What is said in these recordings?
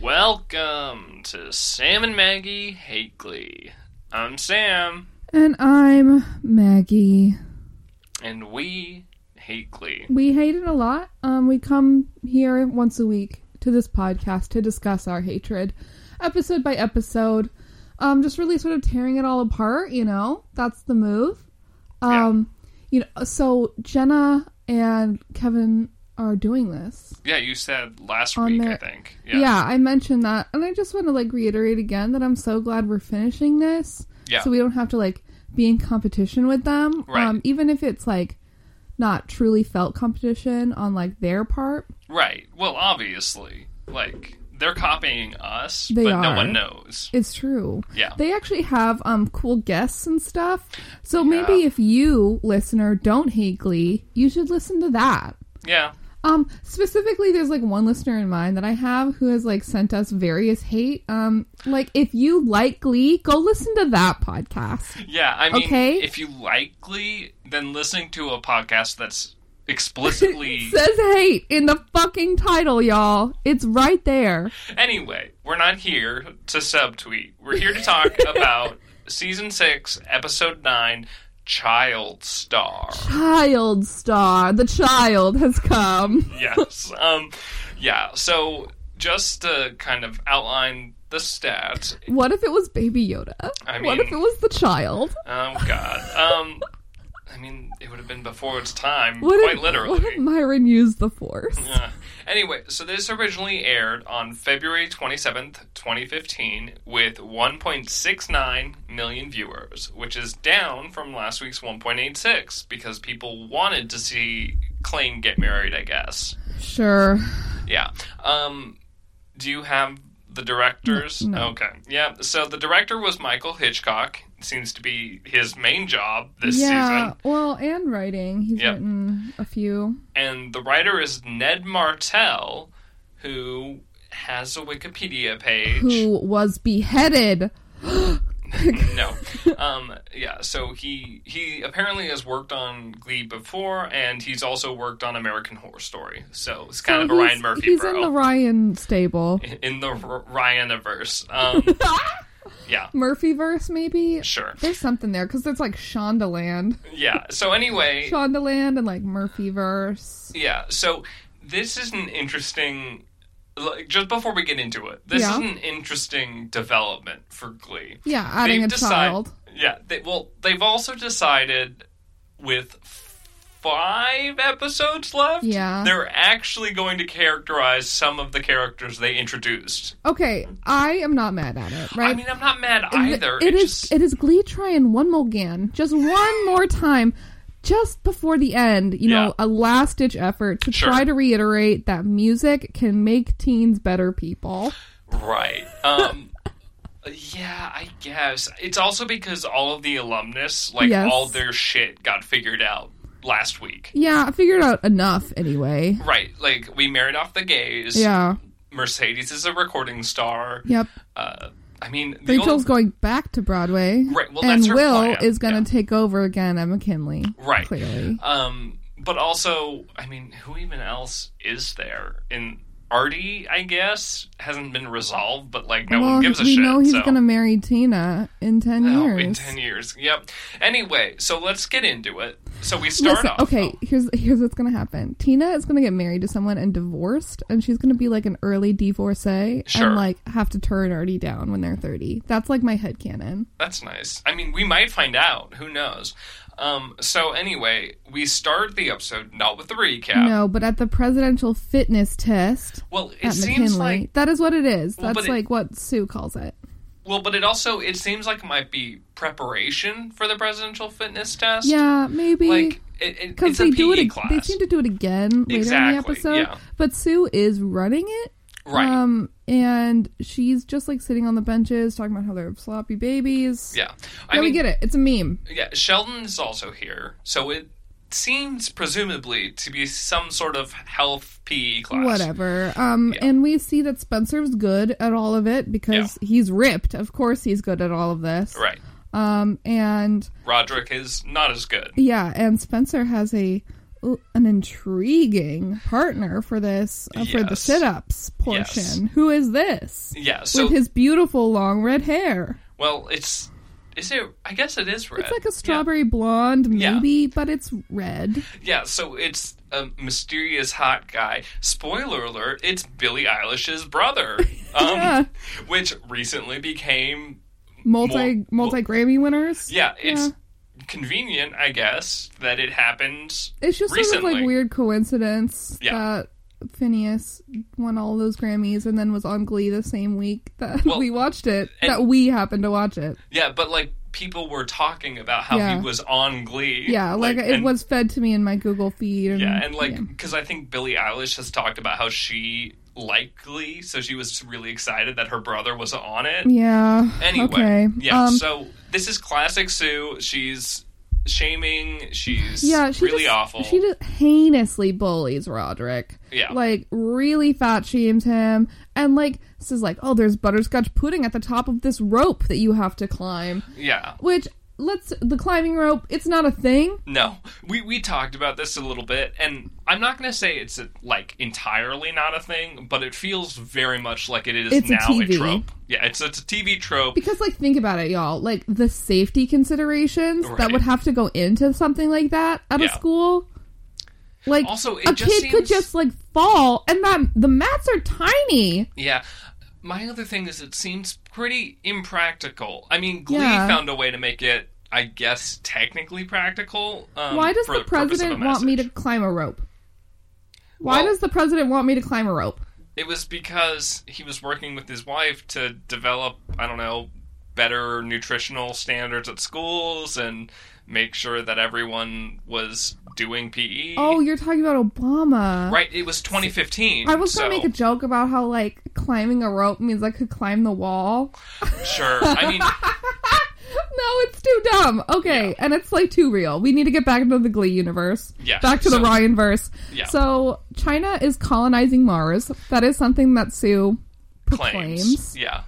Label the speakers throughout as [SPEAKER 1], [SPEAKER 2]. [SPEAKER 1] Welcome to Sam and Maggie Hakeley. I'm Sam,
[SPEAKER 2] And I'm Maggie.
[SPEAKER 1] and we Hakeley.
[SPEAKER 2] We hate it a lot. Um, we come here once a week to this podcast to discuss our hatred, episode by episode. Um, just really sort of tearing it all apart. You know, that's the move. Um, you know, so Jenna and Kevin are doing this.
[SPEAKER 1] Yeah, you said last
[SPEAKER 2] On
[SPEAKER 1] week,
[SPEAKER 2] their-
[SPEAKER 1] I think. Yes.
[SPEAKER 2] Yeah, I mentioned that, and I just want to like reiterate again that I'm so glad we're finishing this,
[SPEAKER 1] Yeah.
[SPEAKER 2] so we don't have to like be in competition with them.
[SPEAKER 1] Right.
[SPEAKER 2] Um, even if it's like not truly felt competition on like their part.
[SPEAKER 1] Right. Well, obviously, like they're copying us,
[SPEAKER 2] They
[SPEAKER 1] but no
[SPEAKER 2] are.
[SPEAKER 1] one knows.
[SPEAKER 2] It's true.
[SPEAKER 1] Yeah.
[SPEAKER 2] They actually have um cool guests and stuff. So maybe
[SPEAKER 1] Yeah.
[SPEAKER 2] if you listener don't hate Glee, you should listen to that.
[SPEAKER 1] Yeah.
[SPEAKER 2] Um, specifically, there's like one listener in mind that I have who has like sent us various hate. Um, like if you like Glee, go listen to that podcast.
[SPEAKER 1] Yeah, I mean,
[SPEAKER 2] Okay.
[SPEAKER 1] if you like Glee, then listening to a podcast that's explicitly.
[SPEAKER 2] It says hate in the fucking title, y'all. It's right there.
[SPEAKER 1] anyway, we're not here to subtweet. We're here to talk about season six, episode nine, Child Star.
[SPEAKER 2] Child star, the child has come.
[SPEAKER 1] yes. Um, yeah. So just to kind of outline the stats.
[SPEAKER 2] What if it was Baby Yoda?
[SPEAKER 1] I
[SPEAKER 2] what
[SPEAKER 1] mean-
[SPEAKER 2] if it was the child?
[SPEAKER 1] Oh God. Um, I mean, it would have been before its time,
[SPEAKER 2] What
[SPEAKER 1] quite
[SPEAKER 2] if,
[SPEAKER 1] literally.
[SPEAKER 2] What if Myron used the Force?
[SPEAKER 1] Yeah. Uh, Anyway, so this originally aired on February 27th, 2015, with 1.69 million viewers, which is down from last week's 1.86 because people wanted to see Cling get married, I guess.
[SPEAKER 2] Sure.
[SPEAKER 1] Yeah. Um, do you have the directors?
[SPEAKER 2] No, no.
[SPEAKER 1] Okay. Yeah. So the director was Michael Hitchcock. Seems to be his main job this
[SPEAKER 2] yeah.
[SPEAKER 1] season.
[SPEAKER 2] Well, and writing. He's
[SPEAKER 1] Yep.
[SPEAKER 2] written a few.
[SPEAKER 1] And the writer is Ned Martell, who has a Wikipedia page.
[SPEAKER 2] who was beheaded.
[SPEAKER 1] no. Um, yeah, so he he apparently has worked on Glee before, and he's also worked on American Horror Story. So it's kind of
[SPEAKER 2] So
[SPEAKER 1] a
[SPEAKER 2] he's-
[SPEAKER 1] Ryan Murphy
[SPEAKER 2] He's
[SPEAKER 1] bro
[SPEAKER 2] in the Ryan stable.
[SPEAKER 1] in the R- Ryaniverse. Um, yeah,
[SPEAKER 2] Murphy verse, maybe?
[SPEAKER 1] sure.
[SPEAKER 2] There's something there because it's like Shondaland.
[SPEAKER 1] Yeah. So anyway,
[SPEAKER 2] Shondaland and like Murphy verse.
[SPEAKER 1] yeah. So this is an interesting. Like, just before we get into it, this
[SPEAKER 2] Yeah.
[SPEAKER 1] is an interesting development for Glee.
[SPEAKER 2] Yeah, adding
[SPEAKER 1] They've
[SPEAKER 2] a
[SPEAKER 1] decide-
[SPEAKER 2] child.
[SPEAKER 1] Yeah, they, well, they've also decided with five episodes left,
[SPEAKER 2] Yeah.
[SPEAKER 1] they're actually going to characterize some of the characters they introduced.
[SPEAKER 2] Okay, I am not mad at it, right?
[SPEAKER 1] I mean, I'm not mad
[SPEAKER 2] Th-
[SPEAKER 1] either.
[SPEAKER 2] it
[SPEAKER 1] It
[SPEAKER 2] is
[SPEAKER 1] just,
[SPEAKER 2] it is Glee trying one more again, just one more time, just before the end. You
[SPEAKER 1] Yeah.
[SPEAKER 2] know, a last ditch effort to
[SPEAKER 1] Sure.
[SPEAKER 2] try to reiterate that music can make teens better people.
[SPEAKER 1] right. Um, yeah, I guess it's also because all of the alumnus, like
[SPEAKER 2] Yes.
[SPEAKER 1] all their shit, got figured out last week.
[SPEAKER 2] Yeah, I figured out enough anyway.
[SPEAKER 1] Right, like we married off the gays.
[SPEAKER 2] Yeah.
[SPEAKER 1] Mercedes is a recording star.
[SPEAKER 2] Yep.
[SPEAKER 1] Uh, I mean, the only-
[SPEAKER 2] Rachel's going back to Broadway.
[SPEAKER 1] Right, well,
[SPEAKER 2] and
[SPEAKER 1] that's her
[SPEAKER 2] Will
[SPEAKER 1] plan,
[SPEAKER 2] is going to
[SPEAKER 1] yeah.
[SPEAKER 2] take over again at McKinley.
[SPEAKER 1] Right.
[SPEAKER 2] Clearly.
[SPEAKER 1] Um, but also, I mean, who even else is there? And Artie, I guess, hasn't been resolved, but like no
[SPEAKER 2] well,
[SPEAKER 1] one gives a
[SPEAKER 2] we
[SPEAKER 1] shit.
[SPEAKER 2] know he's
[SPEAKER 1] so.
[SPEAKER 2] going to marry Tina in 10
[SPEAKER 1] Oh,
[SPEAKER 2] years.
[SPEAKER 1] in ten years. Yep. Anyway, so let's get into it. So we start
[SPEAKER 2] Listen,
[SPEAKER 1] off.
[SPEAKER 2] okay, here's here's what's going to happen. Tina is going to get married to someone and divorced, and she's going to be like an early divorcee
[SPEAKER 1] Sure.
[SPEAKER 2] and like have to turn Artie down when they're 30. That's like my headcanon.
[SPEAKER 1] That's nice. I mean, we might find out. Who knows? Um, so anyway, we start the episode not with the recap.
[SPEAKER 2] No, but at the presidential fitness test
[SPEAKER 1] Well, it
[SPEAKER 2] at
[SPEAKER 1] seems
[SPEAKER 2] McKinley,
[SPEAKER 1] like
[SPEAKER 2] that is what it is.
[SPEAKER 1] Well, but
[SPEAKER 2] That's
[SPEAKER 1] it-
[SPEAKER 2] like what Sue calls it.
[SPEAKER 1] well, but it also it seems like it might be preparation for the presidential fitness test.
[SPEAKER 2] Yeah, maybe.
[SPEAKER 1] Like it, it,
[SPEAKER 2] because
[SPEAKER 1] it's
[SPEAKER 2] they
[SPEAKER 1] a
[SPEAKER 2] do
[SPEAKER 1] PE
[SPEAKER 2] it. ag-
[SPEAKER 1] class.
[SPEAKER 2] They seem to do it again later in the
[SPEAKER 1] Exactly,
[SPEAKER 2] episode.
[SPEAKER 1] yeah.
[SPEAKER 2] But Sue is running it,
[SPEAKER 1] Right.
[SPEAKER 2] Um, and she's just like sitting on the benches talking about how they're sloppy babies.
[SPEAKER 1] yeah. I
[SPEAKER 2] yeah,
[SPEAKER 1] mean,
[SPEAKER 2] we get it. It's a meme.
[SPEAKER 1] yeah, Sheldon is also here, so it seems presumably to be some sort of health PE class.
[SPEAKER 2] Whatever. Um,
[SPEAKER 1] Yeah.
[SPEAKER 2] And we see that Spencer's good at all of it because he's ripped. Of course, he's good at all of this.
[SPEAKER 1] Right.
[SPEAKER 2] Um, and
[SPEAKER 1] Roderick is not as good.
[SPEAKER 2] yeah, and Spencer has a ooh, an intriguing partner for this uh, for the
[SPEAKER 1] Yes.
[SPEAKER 2] sit-ups portion. Who is this?
[SPEAKER 1] Yeah. So
[SPEAKER 2] With his beautiful long red hair.
[SPEAKER 1] well, it's is it? I guess it is red.
[SPEAKER 2] It's like
[SPEAKER 1] Yeah.
[SPEAKER 2] a strawberry blonde,
[SPEAKER 1] Yeah.
[SPEAKER 2] maybe, but it's red.
[SPEAKER 1] Yeah, so it's a mysterious hot guy. Spoiler alert, it's Billie Eilish's brother. Um,
[SPEAKER 2] Yeah.
[SPEAKER 1] Which recently became,
[SPEAKER 2] Multi
[SPEAKER 1] Mul-
[SPEAKER 2] multi Grammy winners.
[SPEAKER 1] yeah, it's
[SPEAKER 2] Yeah.
[SPEAKER 1] convenient, I guess, that it happened.
[SPEAKER 2] It's just sort of like
[SPEAKER 1] Recently.
[SPEAKER 2] weird coincidence
[SPEAKER 1] Yeah.
[SPEAKER 2] that Phineas won all those Grammys and then was on Glee the same week that
[SPEAKER 1] Well,
[SPEAKER 2] we watched it.
[SPEAKER 1] and-
[SPEAKER 2] That we happened to watch it.
[SPEAKER 1] Yeah, but like people were talking about how
[SPEAKER 2] Yeah.
[SPEAKER 1] he was on Glee.
[SPEAKER 2] Yeah, like, it
[SPEAKER 1] and-
[SPEAKER 2] was fed to me in my Google feed. And,
[SPEAKER 1] Yeah, and like
[SPEAKER 2] yeah.
[SPEAKER 1] because I think Billie Eilish has talked about how she liked Glee, so she was really excited that her brother was on it.
[SPEAKER 2] Yeah,
[SPEAKER 1] Anyway,
[SPEAKER 2] okay.
[SPEAKER 1] yeah.
[SPEAKER 2] Um,
[SPEAKER 1] so this is classic Sue. She's shaming. She's
[SPEAKER 2] yeah, she
[SPEAKER 1] really
[SPEAKER 2] just-
[SPEAKER 1] awful.
[SPEAKER 2] She just heinously bullies Roderick.
[SPEAKER 1] Yeah.
[SPEAKER 2] like really fat shames him, and like says like, "Oh, there's butterscotch pudding at the top of this rope that you have to climb."
[SPEAKER 1] yeah.
[SPEAKER 2] Which let's the climbing rope. It's not a thing.
[SPEAKER 1] No, we we talked about this a little bit, and I'm not going to say it's like entirely not a thing, but it feels very much like it is
[SPEAKER 2] It's a
[SPEAKER 1] now a,
[SPEAKER 2] TV.
[SPEAKER 1] trope. Yeah, it's it's a TV trope.
[SPEAKER 2] Because, like, think about it, y'all. Like, the safety considerations that
[SPEAKER 1] Right.
[SPEAKER 2] would have to go into something like that at a
[SPEAKER 1] Yeah.
[SPEAKER 2] school. Like,
[SPEAKER 1] Also, it
[SPEAKER 2] a
[SPEAKER 1] just
[SPEAKER 2] kid
[SPEAKER 1] seems-
[SPEAKER 2] could just, like, fall, and that the mats are tiny.
[SPEAKER 1] Yeah. My other thing is it seems pretty impractical. I mean, Glee
[SPEAKER 2] Yeah.
[SPEAKER 1] found a way to make it, I guess, technically practical. Um,
[SPEAKER 2] Why does
[SPEAKER 1] for
[SPEAKER 2] the
[SPEAKER 1] purpose of a
[SPEAKER 2] president want me to
[SPEAKER 1] message.
[SPEAKER 2] climb a rope? Why
[SPEAKER 1] Well-
[SPEAKER 2] does the president want me to climb a rope?
[SPEAKER 1] It was because he was working with his wife to develop, I don't know, better nutritional standards at schools and make sure that everyone was doing PE.
[SPEAKER 2] Oh, you're talking about Obama.
[SPEAKER 1] right. It was 2015.
[SPEAKER 2] I was
[SPEAKER 1] so,
[SPEAKER 2] gonna make a joke about how, like, climbing a rope means I could climb the wall.
[SPEAKER 1] sure. I mean,
[SPEAKER 2] No, it's too dumb. Okay, and it's like too real. We need to get back into the Glee universe.
[SPEAKER 1] Yeah,
[SPEAKER 2] Back to the
[SPEAKER 1] so-
[SPEAKER 2] Ryan verse.
[SPEAKER 1] Yeah.
[SPEAKER 2] So China is colonizing Mars. That is something that Sue proclaims.
[SPEAKER 1] claims. Yeah.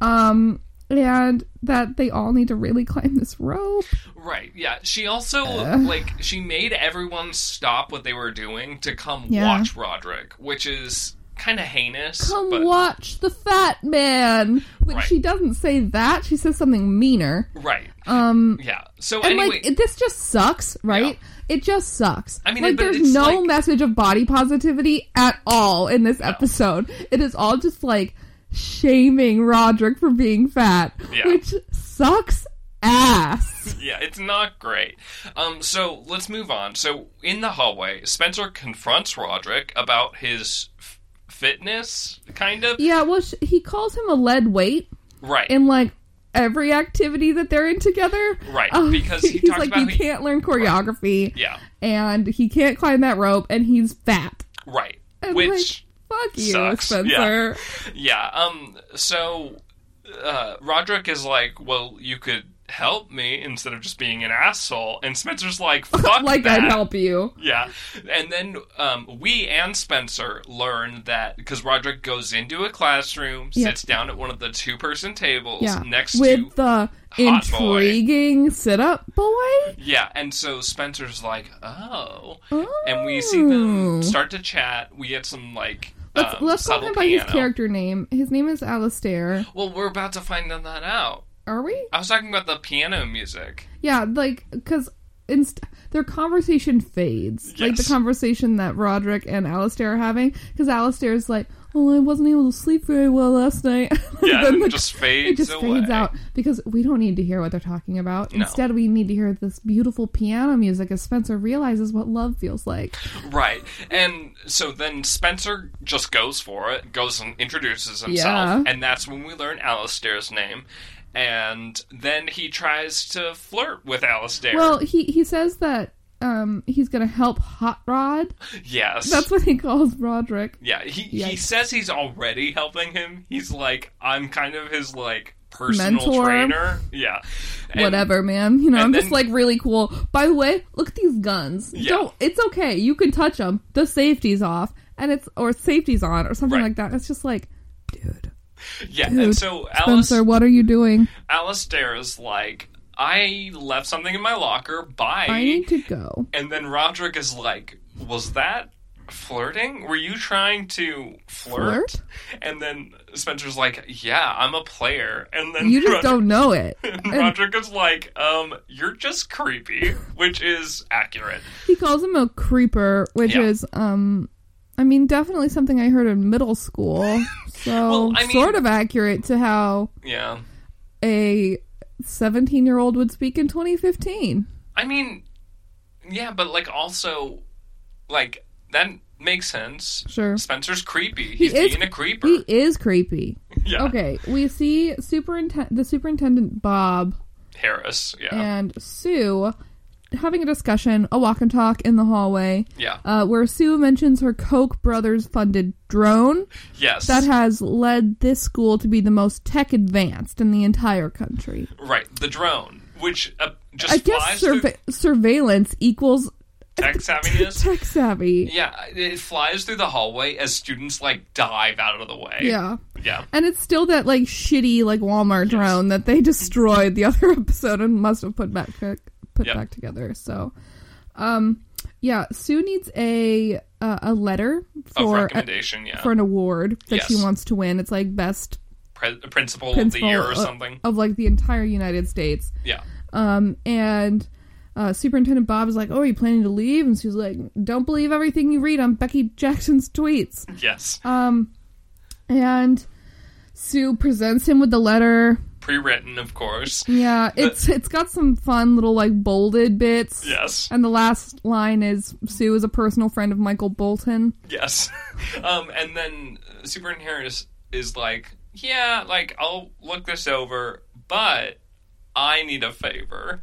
[SPEAKER 2] Um and that they all need to really climb this rope.
[SPEAKER 1] Right. Yeah. She also
[SPEAKER 2] Uh.
[SPEAKER 1] like she made everyone stop what they were doing to come
[SPEAKER 2] Yeah.
[SPEAKER 1] watch Roderick, which is kind of heinous.
[SPEAKER 2] Come
[SPEAKER 1] but,
[SPEAKER 2] watch the fat man. Which
[SPEAKER 1] Right.
[SPEAKER 2] she doesn't say that. She says something meaner.
[SPEAKER 1] Right.
[SPEAKER 2] Um
[SPEAKER 1] Yeah. So
[SPEAKER 2] and
[SPEAKER 1] anyway,
[SPEAKER 2] like it- this just sucks, right? It just sucks.
[SPEAKER 1] I mean,
[SPEAKER 2] like
[SPEAKER 1] but
[SPEAKER 2] there's
[SPEAKER 1] it's
[SPEAKER 2] no
[SPEAKER 1] like-
[SPEAKER 2] message of body positivity at all in this episode. It is all just like shaming Roderick for being fat,
[SPEAKER 1] Yeah.
[SPEAKER 2] which sucks ass.
[SPEAKER 1] yeah, it's not great. Um. So let's move on. So in the hallway, Spencer confronts Roderick about his f- fitness, kind of.
[SPEAKER 2] yeah, well, sh- he calls him a lead weight
[SPEAKER 1] Right.
[SPEAKER 2] in like every activity that they're in together.
[SPEAKER 1] Right,
[SPEAKER 2] Um,
[SPEAKER 1] because he
[SPEAKER 2] he's
[SPEAKER 1] talks
[SPEAKER 2] like
[SPEAKER 1] about
[SPEAKER 2] he
[SPEAKER 1] how he-
[SPEAKER 2] can't learn choreography,
[SPEAKER 1] yeah.
[SPEAKER 2] and he can't climb that rope, and he's fat.
[SPEAKER 1] Right.
[SPEAKER 2] And,
[SPEAKER 1] Which.
[SPEAKER 2] like, fuck you,
[SPEAKER 1] sucks.
[SPEAKER 2] Spencer.
[SPEAKER 1] Yeah. Um. So, uh, Roderick is like, "Well, you could help me instead of just being an asshole," and Spencer's like, "Fuck
[SPEAKER 2] like
[SPEAKER 1] that."
[SPEAKER 2] I'd help you.
[SPEAKER 1] Yeah. And then um, we and Spencer learn that because Roderick goes into a classroom,
[SPEAKER 2] Yeah.
[SPEAKER 1] sits down at one of the two-person tables
[SPEAKER 2] Yeah.
[SPEAKER 1] next to.
[SPEAKER 2] with the
[SPEAKER 1] boy.
[SPEAKER 2] intriguing sit up boy.
[SPEAKER 1] yeah, and so Spencer's like, oh.
[SPEAKER 2] Oh.
[SPEAKER 1] And we see them start to chat. We get some, like,
[SPEAKER 2] Hmm. Let's,
[SPEAKER 1] um,
[SPEAKER 2] let's call
[SPEAKER 1] subtle
[SPEAKER 2] him by his
[SPEAKER 1] piano.
[SPEAKER 2] character name. His name is Alistair.
[SPEAKER 1] Well, we're about to find that out.
[SPEAKER 2] Are we?
[SPEAKER 1] I was talking about the piano music.
[SPEAKER 2] Yeah, like because inst- their conversation fades, like the
[SPEAKER 1] Yes.
[SPEAKER 2] conversation that Roderick and Alistair are having. Because Alistair's like, "Oh, I wasn't able to sleep very well last night."
[SPEAKER 1] Yeah,
[SPEAKER 2] Then
[SPEAKER 1] it
[SPEAKER 2] the-
[SPEAKER 1] just fades
[SPEAKER 2] it just
[SPEAKER 1] away.
[SPEAKER 2] fades out because we don't need to hear what they're talking about.
[SPEAKER 1] No.
[SPEAKER 2] Instead, we need to hear this beautiful piano music as Spencer realizes what love feels like.
[SPEAKER 1] Right. And so then Spencer just goes for it, goes and introduces himself,
[SPEAKER 2] Yeah.
[SPEAKER 1] and that's when we learn Alistair's name. And then he tries to flirt with Alistair.
[SPEAKER 2] Well, he he says that um he's gonna help Hot Rod.
[SPEAKER 1] yes.
[SPEAKER 2] That's what he calls Roderick.
[SPEAKER 1] yeah, he, he
[SPEAKER 2] Yikes.
[SPEAKER 1] says he's already helping him. He's like, I'm kind of his, like, personal
[SPEAKER 2] Mentor.
[SPEAKER 1] trainer. Yeah. And-
[SPEAKER 2] Whatever, man. You know,
[SPEAKER 1] and
[SPEAKER 2] I'm just
[SPEAKER 1] then-
[SPEAKER 2] like really cool. By the way, look at these guns.
[SPEAKER 1] Yeah.
[SPEAKER 2] Don't. It's okay. You can touch them. The safety's off, and it's or safety's on, or something
[SPEAKER 1] Right.
[SPEAKER 2] like that. It's just like, dude,
[SPEAKER 1] Yeah.
[SPEAKER 2] Dude,
[SPEAKER 1] And so Alice
[SPEAKER 2] Spencer, what are you doing?
[SPEAKER 1] Alistair is like, I left something in my locker. Bye.
[SPEAKER 2] I need to go.
[SPEAKER 1] And then Roderick is like, Was that flirting? Were you trying to flirt?
[SPEAKER 2] Flirt?
[SPEAKER 1] And then Spencer's like, Yeah, I'm a player. And then
[SPEAKER 2] You just
[SPEAKER 1] Roderick,
[SPEAKER 2] don't know it.
[SPEAKER 1] and Roderick is like, Um, you're just creepy, which is accurate.
[SPEAKER 2] He calls him a creeper, which
[SPEAKER 1] Yeah.
[SPEAKER 2] is, um, I mean, definitely something I heard in middle school. So
[SPEAKER 1] Well, I mean-
[SPEAKER 2] sort of accurate to how
[SPEAKER 1] Yeah.
[SPEAKER 2] a 17 year old would speak in 2015.
[SPEAKER 1] I mean, yeah, but like also, like, that makes sense.
[SPEAKER 2] Sure.
[SPEAKER 1] Spencer's creepy. He's
[SPEAKER 2] is-
[SPEAKER 1] being a creeper.
[SPEAKER 2] He is creepy.
[SPEAKER 1] yeah.
[SPEAKER 2] Okay, we see superintend- the superintendent Bob
[SPEAKER 1] Harris. Yeah.
[SPEAKER 2] and Sue having a discussion, a walk and talk in the hallway,
[SPEAKER 1] yeah.
[SPEAKER 2] uh, where Sue mentions her Koch brothers funded drone
[SPEAKER 1] Yes.
[SPEAKER 2] that has led this school to be the most tech advanced in the entire country.
[SPEAKER 1] Right, the drone, which uh, just
[SPEAKER 2] I guess
[SPEAKER 1] flies
[SPEAKER 2] surve- surveilliness equals
[SPEAKER 1] through tech savviness.
[SPEAKER 2] tech savvy.
[SPEAKER 1] yeah, it flies through the hallway as students like dive out of the way.
[SPEAKER 2] Yeah.
[SPEAKER 1] yeah,
[SPEAKER 2] And it's still that like shitty like Walmart drone that they destroyed the other episode and must have put back put
[SPEAKER 1] Yep.
[SPEAKER 2] back together. So, um, yeah, Sue needs a uh, a letter
[SPEAKER 1] of
[SPEAKER 2] for a,
[SPEAKER 1] recommendation. yeah,
[SPEAKER 2] for an award that she
[SPEAKER 1] Yes.
[SPEAKER 2] wants to win. It's like best
[SPEAKER 1] Pre- principal,
[SPEAKER 2] principal uh,
[SPEAKER 1] of the year or
[SPEAKER 2] of-
[SPEAKER 1] something.
[SPEAKER 2] of like the entire United States.
[SPEAKER 1] yeah,
[SPEAKER 2] Um, and uh, Superintendent Bob is like, "Oh, are you planning to leave?" And Sue's like, "Don't believe everything you read on Becky Jackson's tweets."
[SPEAKER 1] yes,
[SPEAKER 2] Um, and Sue presents him with the letter.
[SPEAKER 1] pre-written, of course.
[SPEAKER 2] Yeah, it's it's got some fun little like bolded bits.
[SPEAKER 1] Yes,
[SPEAKER 2] And the last line is Sue is a personal friend of Michael Bolton.
[SPEAKER 1] yes, um, and then uh, Superintendent Harris is like, yeah, like I'll look this over, but I need a favor.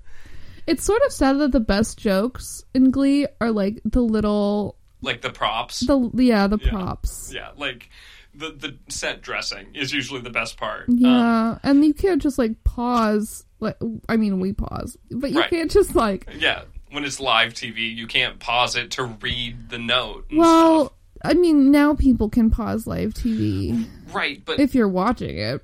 [SPEAKER 2] It's sort of sad that the best jokes in Glee are like the little
[SPEAKER 1] Like the props,
[SPEAKER 2] the yeah, the
[SPEAKER 1] Yeah.
[SPEAKER 2] props.
[SPEAKER 1] yeah, like the the set dressing is usually the best part. Um,
[SPEAKER 2] Yeah, and you can't just like pause like I mean we pause, but you
[SPEAKER 1] Right.
[SPEAKER 2] can't just like
[SPEAKER 1] Yeah, when it's live TV, you can't pause it to read the note. and
[SPEAKER 2] well, I mean now people can pause live TV
[SPEAKER 1] stuff. right, but
[SPEAKER 2] if you're watching it.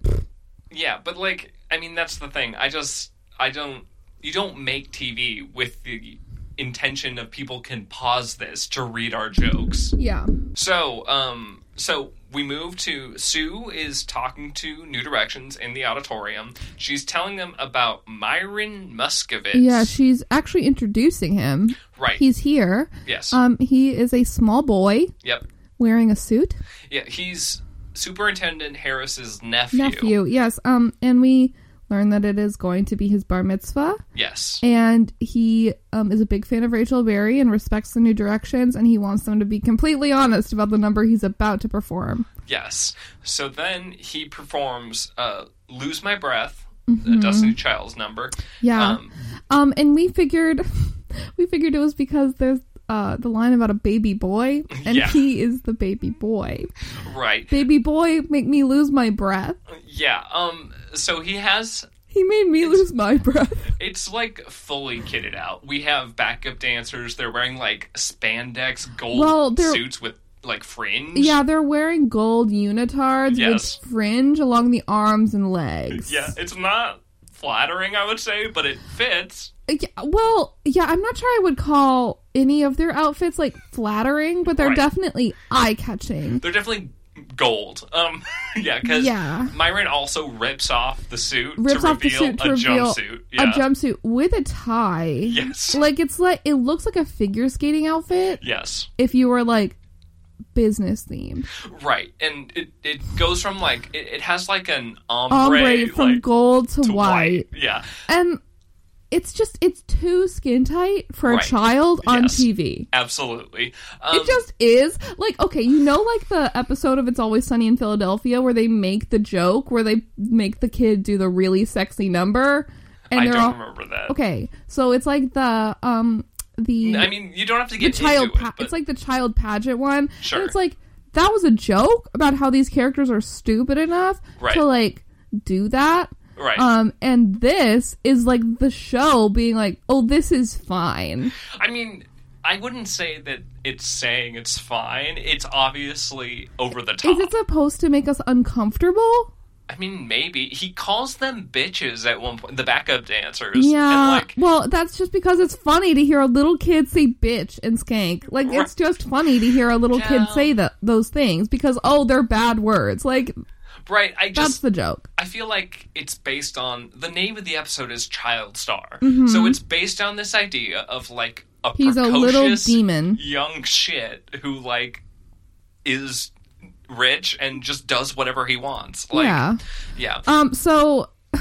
[SPEAKER 1] yeah, but like, I mean, that's the thing. I just, I don't, you don't make TV with the intention of people can pause this to read our jokes.
[SPEAKER 2] Yeah.
[SPEAKER 1] So, um, so we move to Sue is talking to New Directions in the auditorium. She's telling them about Myron Muskovitz.
[SPEAKER 2] Yeah, she's actually introducing him.
[SPEAKER 1] right.
[SPEAKER 2] He's here.
[SPEAKER 1] yes.
[SPEAKER 2] Um, he is a small boy
[SPEAKER 1] yep.
[SPEAKER 2] wearing a suit.
[SPEAKER 1] Yeah, he's Superintendent Harris's
[SPEAKER 2] Nephew, yes. Um, and we learn that it is going to be his bar mitzvah,
[SPEAKER 1] Yes.
[SPEAKER 2] and he um, is a big fan of Rachel Berry and respects the new directions, and he wants them to be completely honest about the number he's about to perform.
[SPEAKER 1] Yes. So then he performs uh, "Lose My Breath,"
[SPEAKER 2] Mm-hmm.
[SPEAKER 1] a Destiny Child's number.
[SPEAKER 2] Yeah. Um,
[SPEAKER 1] Um,
[SPEAKER 2] and we figured, we figured it was because there's. Uh, the line about a baby boy, and
[SPEAKER 1] Yeah.
[SPEAKER 2] he is the baby boy.
[SPEAKER 1] right.
[SPEAKER 2] Baby boy, make me lose my breath.
[SPEAKER 1] Yeah. Um. So he has.
[SPEAKER 2] He made me lose my breath.
[SPEAKER 1] It's like fully kitted out. We have backup dancers. They're wearing like spandex gold
[SPEAKER 2] Well, they're-
[SPEAKER 1] suits with like fringe.
[SPEAKER 2] Yeah, they're wearing gold unitards
[SPEAKER 1] Yes.
[SPEAKER 2] with fringe along the arms and legs.
[SPEAKER 1] Yeah. It's not flattering, I would say, but it fits.
[SPEAKER 2] Yeah, Well, yeah, I'm not sure I would call any of their outfits like flattering, but they're
[SPEAKER 1] Right.
[SPEAKER 2] definitely eye catching.
[SPEAKER 1] They're definitely gold. Um. Yeah. Because
[SPEAKER 2] Yeah.
[SPEAKER 1] Myron also rips off the suit
[SPEAKER 2] Rips
[SPEAKER 1] to
[SPEAKER 2] off the
[SPEAKER 1] reveal
[SPEAKER 2] suit to
[SPEAKER 1] a
[SPEAKER 2] reveal
[SPEAKER 1] jumpsuit. Yeah.
[SPEAKER 2] A jumpsuit with a tie.
[SPEAKER 1] Yes.
[SPEAKER 2] Like it's like it looks like a figure skating outfit
[SPEAKER 1] Yes.
[SPEAKER 2] if you were like business themed.
[SPEAKER 1] Right, and it, it goes from like it, it has like an ombre,
[SPEAKER 2] Ombre from
[SPEAKER 1] like,
[SPEAKER 2] gold to,
[SPEAKER 1] to
[SPEAKER 2] white.
[SPEAKER 1] Yeah,
[SPEAKER 2] And it's just it's too skin tight for
[SPEAKER 1] Right.
[SPEAKER 2] a child on
[SPEAKER 1] Yes.
[SPEAKER 2] TV.
[SPEAKER 1] absolutely. Um,
[SPEAKER 2] It just is. Like, okay, you know, like the episode of It's Always Sunny in Philadelphia where they make the joke, where they make the kid do the really sexy number? And
[SPEAKER 1] I
[SPEAKER 2] they're
[SPEAKER 1] don't
[SPEAKER 2] all.
[SPEAKER 1] remember that.
[SPEAKER 2] Okay, so it's like the, um, the.
[SPEAKER 1] I mean, you don't have to
[SPEAKER 2] the
[SPEAKER 1] get
[SPEAKER 2] child.
[SPEAKER 1] into it,
[SPEAKER 2] Pa-
[SPEAKER 1] but
[SPEAKER 2] it's like the child pageant one.
[SPEAKER 1] Sure.
[SPEAKER 2] And it's like, that was a joke about how these characters are stupid enough
[SPEAKER 1] Right.
[SPEAKER 2] to, like, do that.
[SPEAKER 1] Right.
[SPEAKER 2] Um, and this is like the show being like, oh, this is fine.
[SPEAKER 1] I mean, I wouldn't say that it's saying it's fine. It's obviously over the top.
[SPEAKER 2] Is it supposed to make us uncomfortable?
[SPEAKER 1] I mean, maybe he calls them bitches at one point. The backup dancers. and,
[SPEAKER 2] Yeah.
[SPEAKER 1] like,
[SPEAKER 2] well, that's just because it's funny to hear a little kid say bitch and skank. Like, it's just funny to hear a little kid
[SPEAKER 1] Yeah.
[SPEAKER 2] say that those things because, oh, they're bad words. Like,
[SPEAKER 1] right. I
[SPEAKER 2] that's
[SPEAKER 1] just
[SPEAKER 2] the joke.
[SPEAKER 1] I feel like it's based on the name of the episode is Child Star, so it's based on this idea of like a
[SPEAKER 2] Mm-hmm. He's a little
[SPEAKER 1] precocious
[SPEAKER 2] demon.
[SPEAKER 1] young shit who like is rich and just does whatever he wants. Like,
[SPEAKER 2] yeah.
[SPEAKER 1] yeah,
[SPEAKER 2] Um, so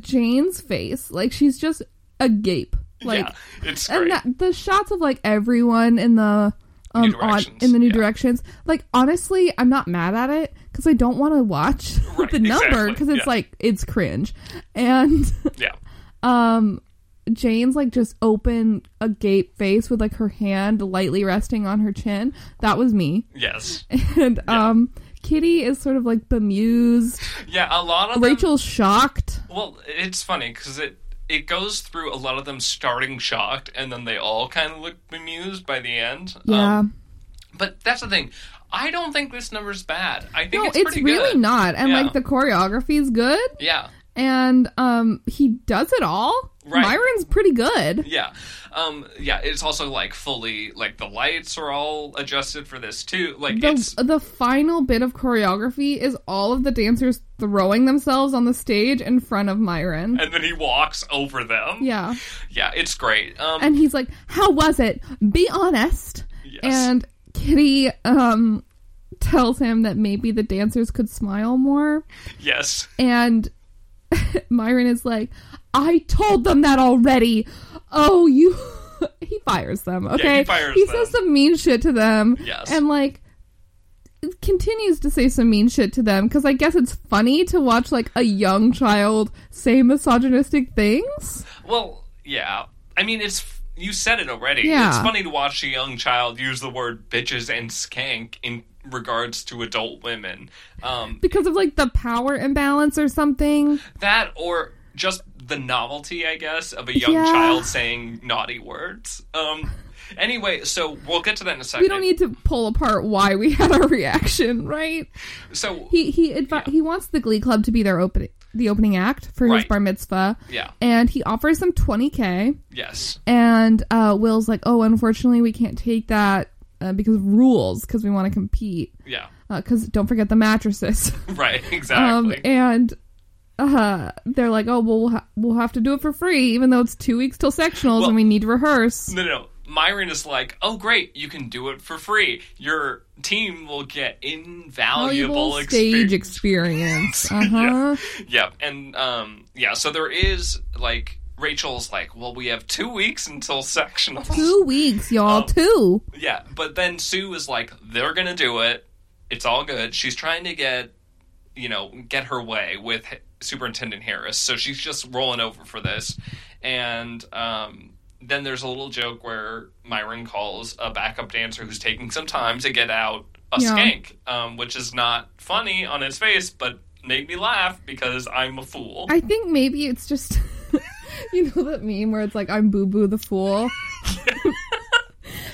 [SPEAKER 2] Jane's face, like, she's just agape. Like,
[SPEAKER 1] yeah. It's
[SPEAKER 2] and
[SPEAKER 1] great.
[SPEAKER 2] that, the shots of like everyone in the um
[SPEAKER 1] New
[SPEAKER 2] on,
[SPEAKER 1] Directions,
[SPEAKER 2] in the new
[SPEAKER 1] yeah.
[SPEAKER 2] directions like honestly i'm not mad at it because i don't want to watch
[SPEAKER 1] Right,
[SPEAKER 2] the number
[SPEAKER 1] exactly,
[SPEAKER 2] because it's
[SPEAKER 1] yeah.
[SPEAKER 2] like it's cringe and
[SPEAKER 1] yeah,
[SPEAKER 2] jane's like just open agape face with like her hand lightly resting on her chin that was me
[SPEAKER 1] yes,
[SPEAKER 2] and um kitty is sort of like bemused
[SPEAKER 1] yeah. A lot of them-
[SPEAKER 2] rachel's shocked
[SPEAKER 1] Well, it's funny because it it goes through a lot of them starting shocked, and then they all kind of look bemused by the end.
[SPEAKER 2] yeah
[SPEAKER 1] Um, but that's the thing. I don't think this number's bad. I think
[SPEAKER 2] no
[SPEAKER 1] it's,
[SPEAKER 2] it's,
[SPEAKER 1] pretty
[SPEAKER 2] really
[SPEAKER 1] good.
[SPEAKER 2] not and
[SPEAKER 1] Yeah.
[SPEAKER 2] like the choreography is good
[SPEAKER 1] Yeah,
[SPEAKER 2] and um he does it all.
[SPEAKER 1] Right.
[SPEAKER 2] Myron's pretty good.
[SPEAKER 1] yeah, um, yeah. It's also like fully like the lights are all adjusted for this too. Like it's
[SPEAKER 2] The, the final bit of choreography is all of the dancers throwing themselves on the stage in front of Myron.
[SPEAKER 1] and then he walks over them.
[SPEAKER 2] Yeah.
[SPEAKER 1] yeah. It's great. Um,
[SPEAKER 2] And he's like, "How was it? Be honest."
[SPEAKER 1] Yes.
[SPEAKER 2] And Kitty um tells him that maybe the dancers could smile more
[SPEAKER 1] yes,
[SPEAKER 2] and Myron is like, "I told them that already." Oh, you he fires them, okay?
[SPEAKER 1] fires
[SPEAKER 2] he
[SPEAKER 1] them.
[SPEAKER 2] says some mean shit to them.
[SPEAKER 1] Yes.
[SPEAKER 2] And like continues to say some mean shit to them cuz I guess it's funny to watch like a young child say misogynistic things.
[SPEAKER 1] Well, yeah. I mean, it's you said it already.
[SPEAKER 2] Yeah.
[SPEAKER 1] It's funny to watch a young child use the word bitches and skank in regards to adult women. Um,
[SPEAKER 2] Because of like the power imbalance or something.
[SPEAKER 1] that or just the novelty, I guess, of a young
[SPEAKER 2] Yeah.
[SPEAKER 1] child saying naughty words. Um, anyway, so we'll get to that in a second.
[SPEAKER 2] We don't need to pull apart why we had our reaction, right?
[SPEAKER 1] so
[SPEAKER 2] He he advi- he wants the glee club to be their opening the opening act for his
[SPEAKER 1] Right.
[SPEAKER 2] bar mitzvah.
[SPEAKER 1] yeah,
[SPEAKER 2] and he offers them 20k
[SPEAKER 1] yes,
[SPEAKER 2] and uh, will's like oh unfortunately we can't take that uh, because of rules because we want to compete
[SPEAKER 1] yeah,
[SPEAKER 2] because don't forget the mattresses
[SPEAKER 1] right,
[SPEAKER 2] um,
[SPEAKER 1] exactly.
[SPEAKER 2] and uh, they're like oh well we'll, ha- we'll have to do it for free even though it's two weeks till sectionals
[SPEAKER 1] Well-
[SPEAKER 2] and we need to rehearse
[SPEAKER 1] No, no, no. Myron is like, oh, great, you can do it for free. Your team will get invaluable
[SPEAKER 2] Valuable stage
[SPEAKER 1] experience.
[SPEAKER 2] experience uh-huh
[SPEAKER 1] Yep, and um, yeah, so there is like Rachel's like, well, we have two weeks until sectionals.
[SPEAKER 2] two weeks y'all
[SPEAKER 1] Um,
[SPEAKER 2] two
[SPEAKER 1] Yeah, but then Sue is like, they're gonna do it. It's all good. She's trying to get, you know, get her way with H- Superintendent Harris, so she's just rolling over for this. And um, then there's a little joke where Myron calls a backup dancer who's taking some time to get out a
[SPEAKER 2] Yeah.
[SPEAKER 1] skank, um, which is not funny on its face, but made me laugh because I'm a fool.
[SPEAKER 2] i think maybe it's just you know that meme where it's like i'm boo boo the fool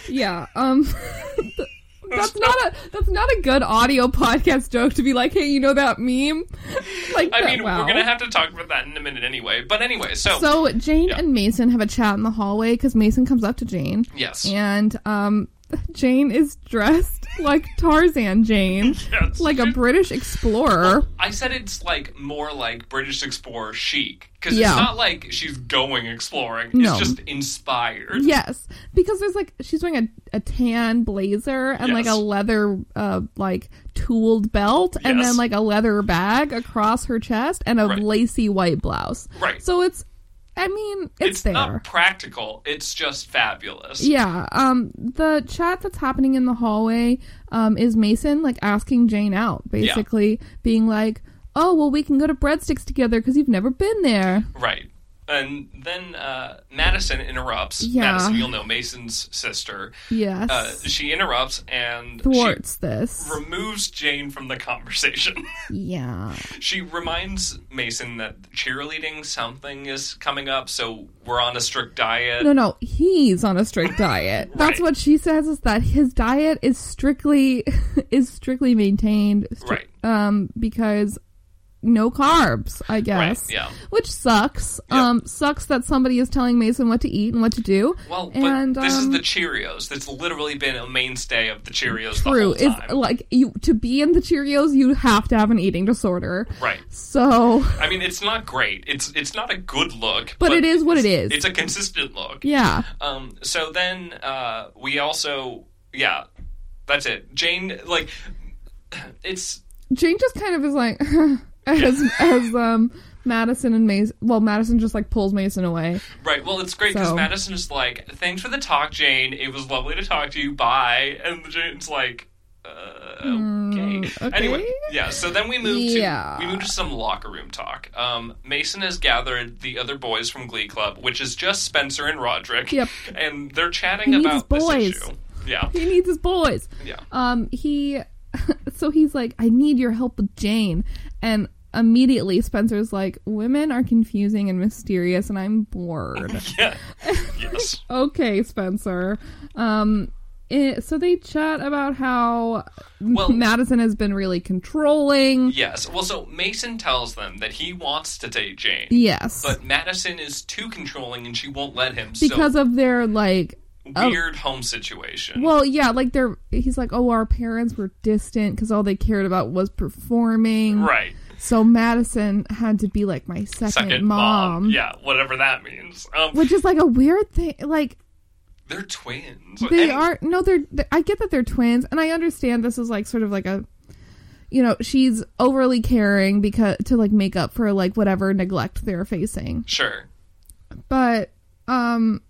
[SPEAKER 2] yeah um that's not a that's not a good audio podcast joke to be like, hey, you know that meme? like
[SPEAKER 1] I
[SPEAKER 2] that-
[SPEAKER 1] mean,
[SPEAKER 2] wow.
[SPEAKER 1] we're gonna have to talk about that in a minute anyway. But anyway, so,
[SPEAKER 2] so Jane
[SPEAKER 1] Yeah.
[SPEAKER 2] and Mason have a chat in the hallway because Mason comes up to Jane,
[SPEAKER 1] yes,
[SPEAKER 2] and um, Jane is dressed like Tarzan Jane,
[SPEAKER 1] Yes.
[SPEAKER 2] like a British explorer.
[SPEAKER 1] I said it's like more like British explorer chic because
[SPEAKER 2] Yeah.
[SPEAKER 1] it's not like she's going exploring;
[SPEAKER 2] No.
[SPEAKER 1] it's just inspired.
[SPEAKER 2] Yes, because there's like she's wearing a, a tan blazer and like a
[SPEAKER 1] Yes.
[SPEAKER 2] leather uh like tooled belt and
[SPEAKER 1] Yes.
[SPEAKER 2] then like a leather bag across her chest and a
[SPEAKER 1] Right.
[SPEAKER 2] lacy white blouse.
[SPEAKER 1] Right.
[SPEAKER 2] So it's I mean, it's,
[SPEAKER 1] it's
[SPEAKER 2] there.
[SPEAKER 1] not practical; it's just fabulous.
[SPEAKER 2] yeah. Um the chat that's happening in the hallway um is Mason like asking Jane out basically being like, "Oh, well we can go to Breadsticks together cuz you've never been there."
[SPEAKER 1] Right? And then uh, Madison interrupts.
[SPEAKER 2] Yeah.
[SPEAKER 1] Madison, you'll know Mason's sister.
[SPEAKER 2] Yes.
[SPEAKER 1] Uh, she interrupts and
[SPEAKER 2] Thwarts
[SPEAKER 1] she
[SPEAKER 2] this.
[SPEAKER 1] removes Jane from the conversation.
[SPEAKER 2] yeah.
[SPEAKER 1] she reminds Mason that cheerleading something is coming up, so we're on a strict diet.
[SPEAKER 2] No, no, he's on a strict diet. That's
[SPEAKER 1] Right.
[SPEAKER 2] what she says is that his diet is strictly is strictly maintained, stri- um, because no carbs, I
[SPEAKER 1] Right,
[SPEAKER 2] guess.
[SPEAKER 1] yeah.
[SPEAKER 2] Which sucks.
[SPEAKER 1] Yep.
[SPEAKER 2] Um, sucks that somebody is telling Mason what to eat and what to do.
[SPEAKER 1] Well, but
[SPEAKER 2] and
[SPEAKER 1] this is
[SPEAKER 2] um,
[SPEAKER 1] the Cheerios. That's literally been a mainstay of the Cheerios
[SPEAKER 2] true.
[SPEAKER 1] the whole
[SPEAKER 2] It's
[SPEAKER 1] time.
[SPEAKER 2] like you to be in the Cheerios, you have to have an eating disorder.
[SPEAKER 1] right.
[SPEAKER 2] So,
[SPEAKER 1] I mean, it's not great. It's it's not a good look,
[SPEAKER 2] but, it is what it is.
[SPEAKER 1] It's a consistent look.
[SPEAKER 2] yeah.
[SPEAKER 1] Um. So then, uh, we also, yeah, that's it. Jane, like, it's
[SPEAKER 2] Jane just kind of is like as as um Madison and Mason. Well, Madison just like pulls Mason away.
[SPEAKER 1] right. Well, it's great because
[SPEAKER 2] So-
[SPEAKER 1] Madison is like, "Thanks for the talk, Jane. It was lovely to talk to you. Bye." And Jane's like. Uh, okay.
[SPEAKER 2] Mm, okay.
[SPEAKER 1] Anyway, yeah. So then we move
[SPEAKER 2] Yeah.
[SPEAKER 1] to we move to some locker room talk. Um, Mason has gathered the other boys from Glee Club, which is just Spencer and Roderick.
[SPEAKER 2] Yep.
[SPEAKER 1] And they're chatting
[SPEAKER 2] He needs
[SPEAKER 1] about this
[SPEAKER 2] boys.
[SPEAKER 1] issue. Yeah.
[SPEAKER 2] He needs his boys.
[SPEAKER 1] Yeah.
[SPEAKER 2] Um, he so he's like, I need your help with Jane, and immediately Spencer's like, women are confusing and mysterious, and I'm bored.
[SPEAKER 1] Yeah. yes.
[SPEAKER 2] okay, Spencer. Um. It, so they chat about how
[SPEAKER 1] Well-
[SPEAKER 2] Madison has been really controlling.
[SPEAKER 1] Yes. Well, so Mason tells them that he wants to date Jane,
[SPEAKER 2] Yes.
[SPEAKER 1] but Madison is too controlling and she won't let him.
[SPEAKER 2] because of their like
[SPEAKER 1] so weird home situation.
[SPEAKER 2] Oh. Well, yeah, like they're he's like, "Oh, our parents were distant cuz all they cared about was performing."
[SPEAKER 1] right.
[SPEAKER 2] So Madison had to be like my second,
[SPEAKER 1] Second
[SPEAKER 2] mom.
[SPEAKER 1] Yeah, whatever that means. Um,
[SPEAKER 2] Which is like a weird thing. Like
[SPEAKER 1] they're twins.
[SPEAKER 2] they
[SPEAKER 1] And-
[SPEAKER 2] are no, they're, they- I get that they're twins, and I understand this is like sort of like a, you know, she's overly caring because to like make up for like whatever neglect they're facing.
[SPEAKER 1] Sure.
[SPEAKER 2] But um,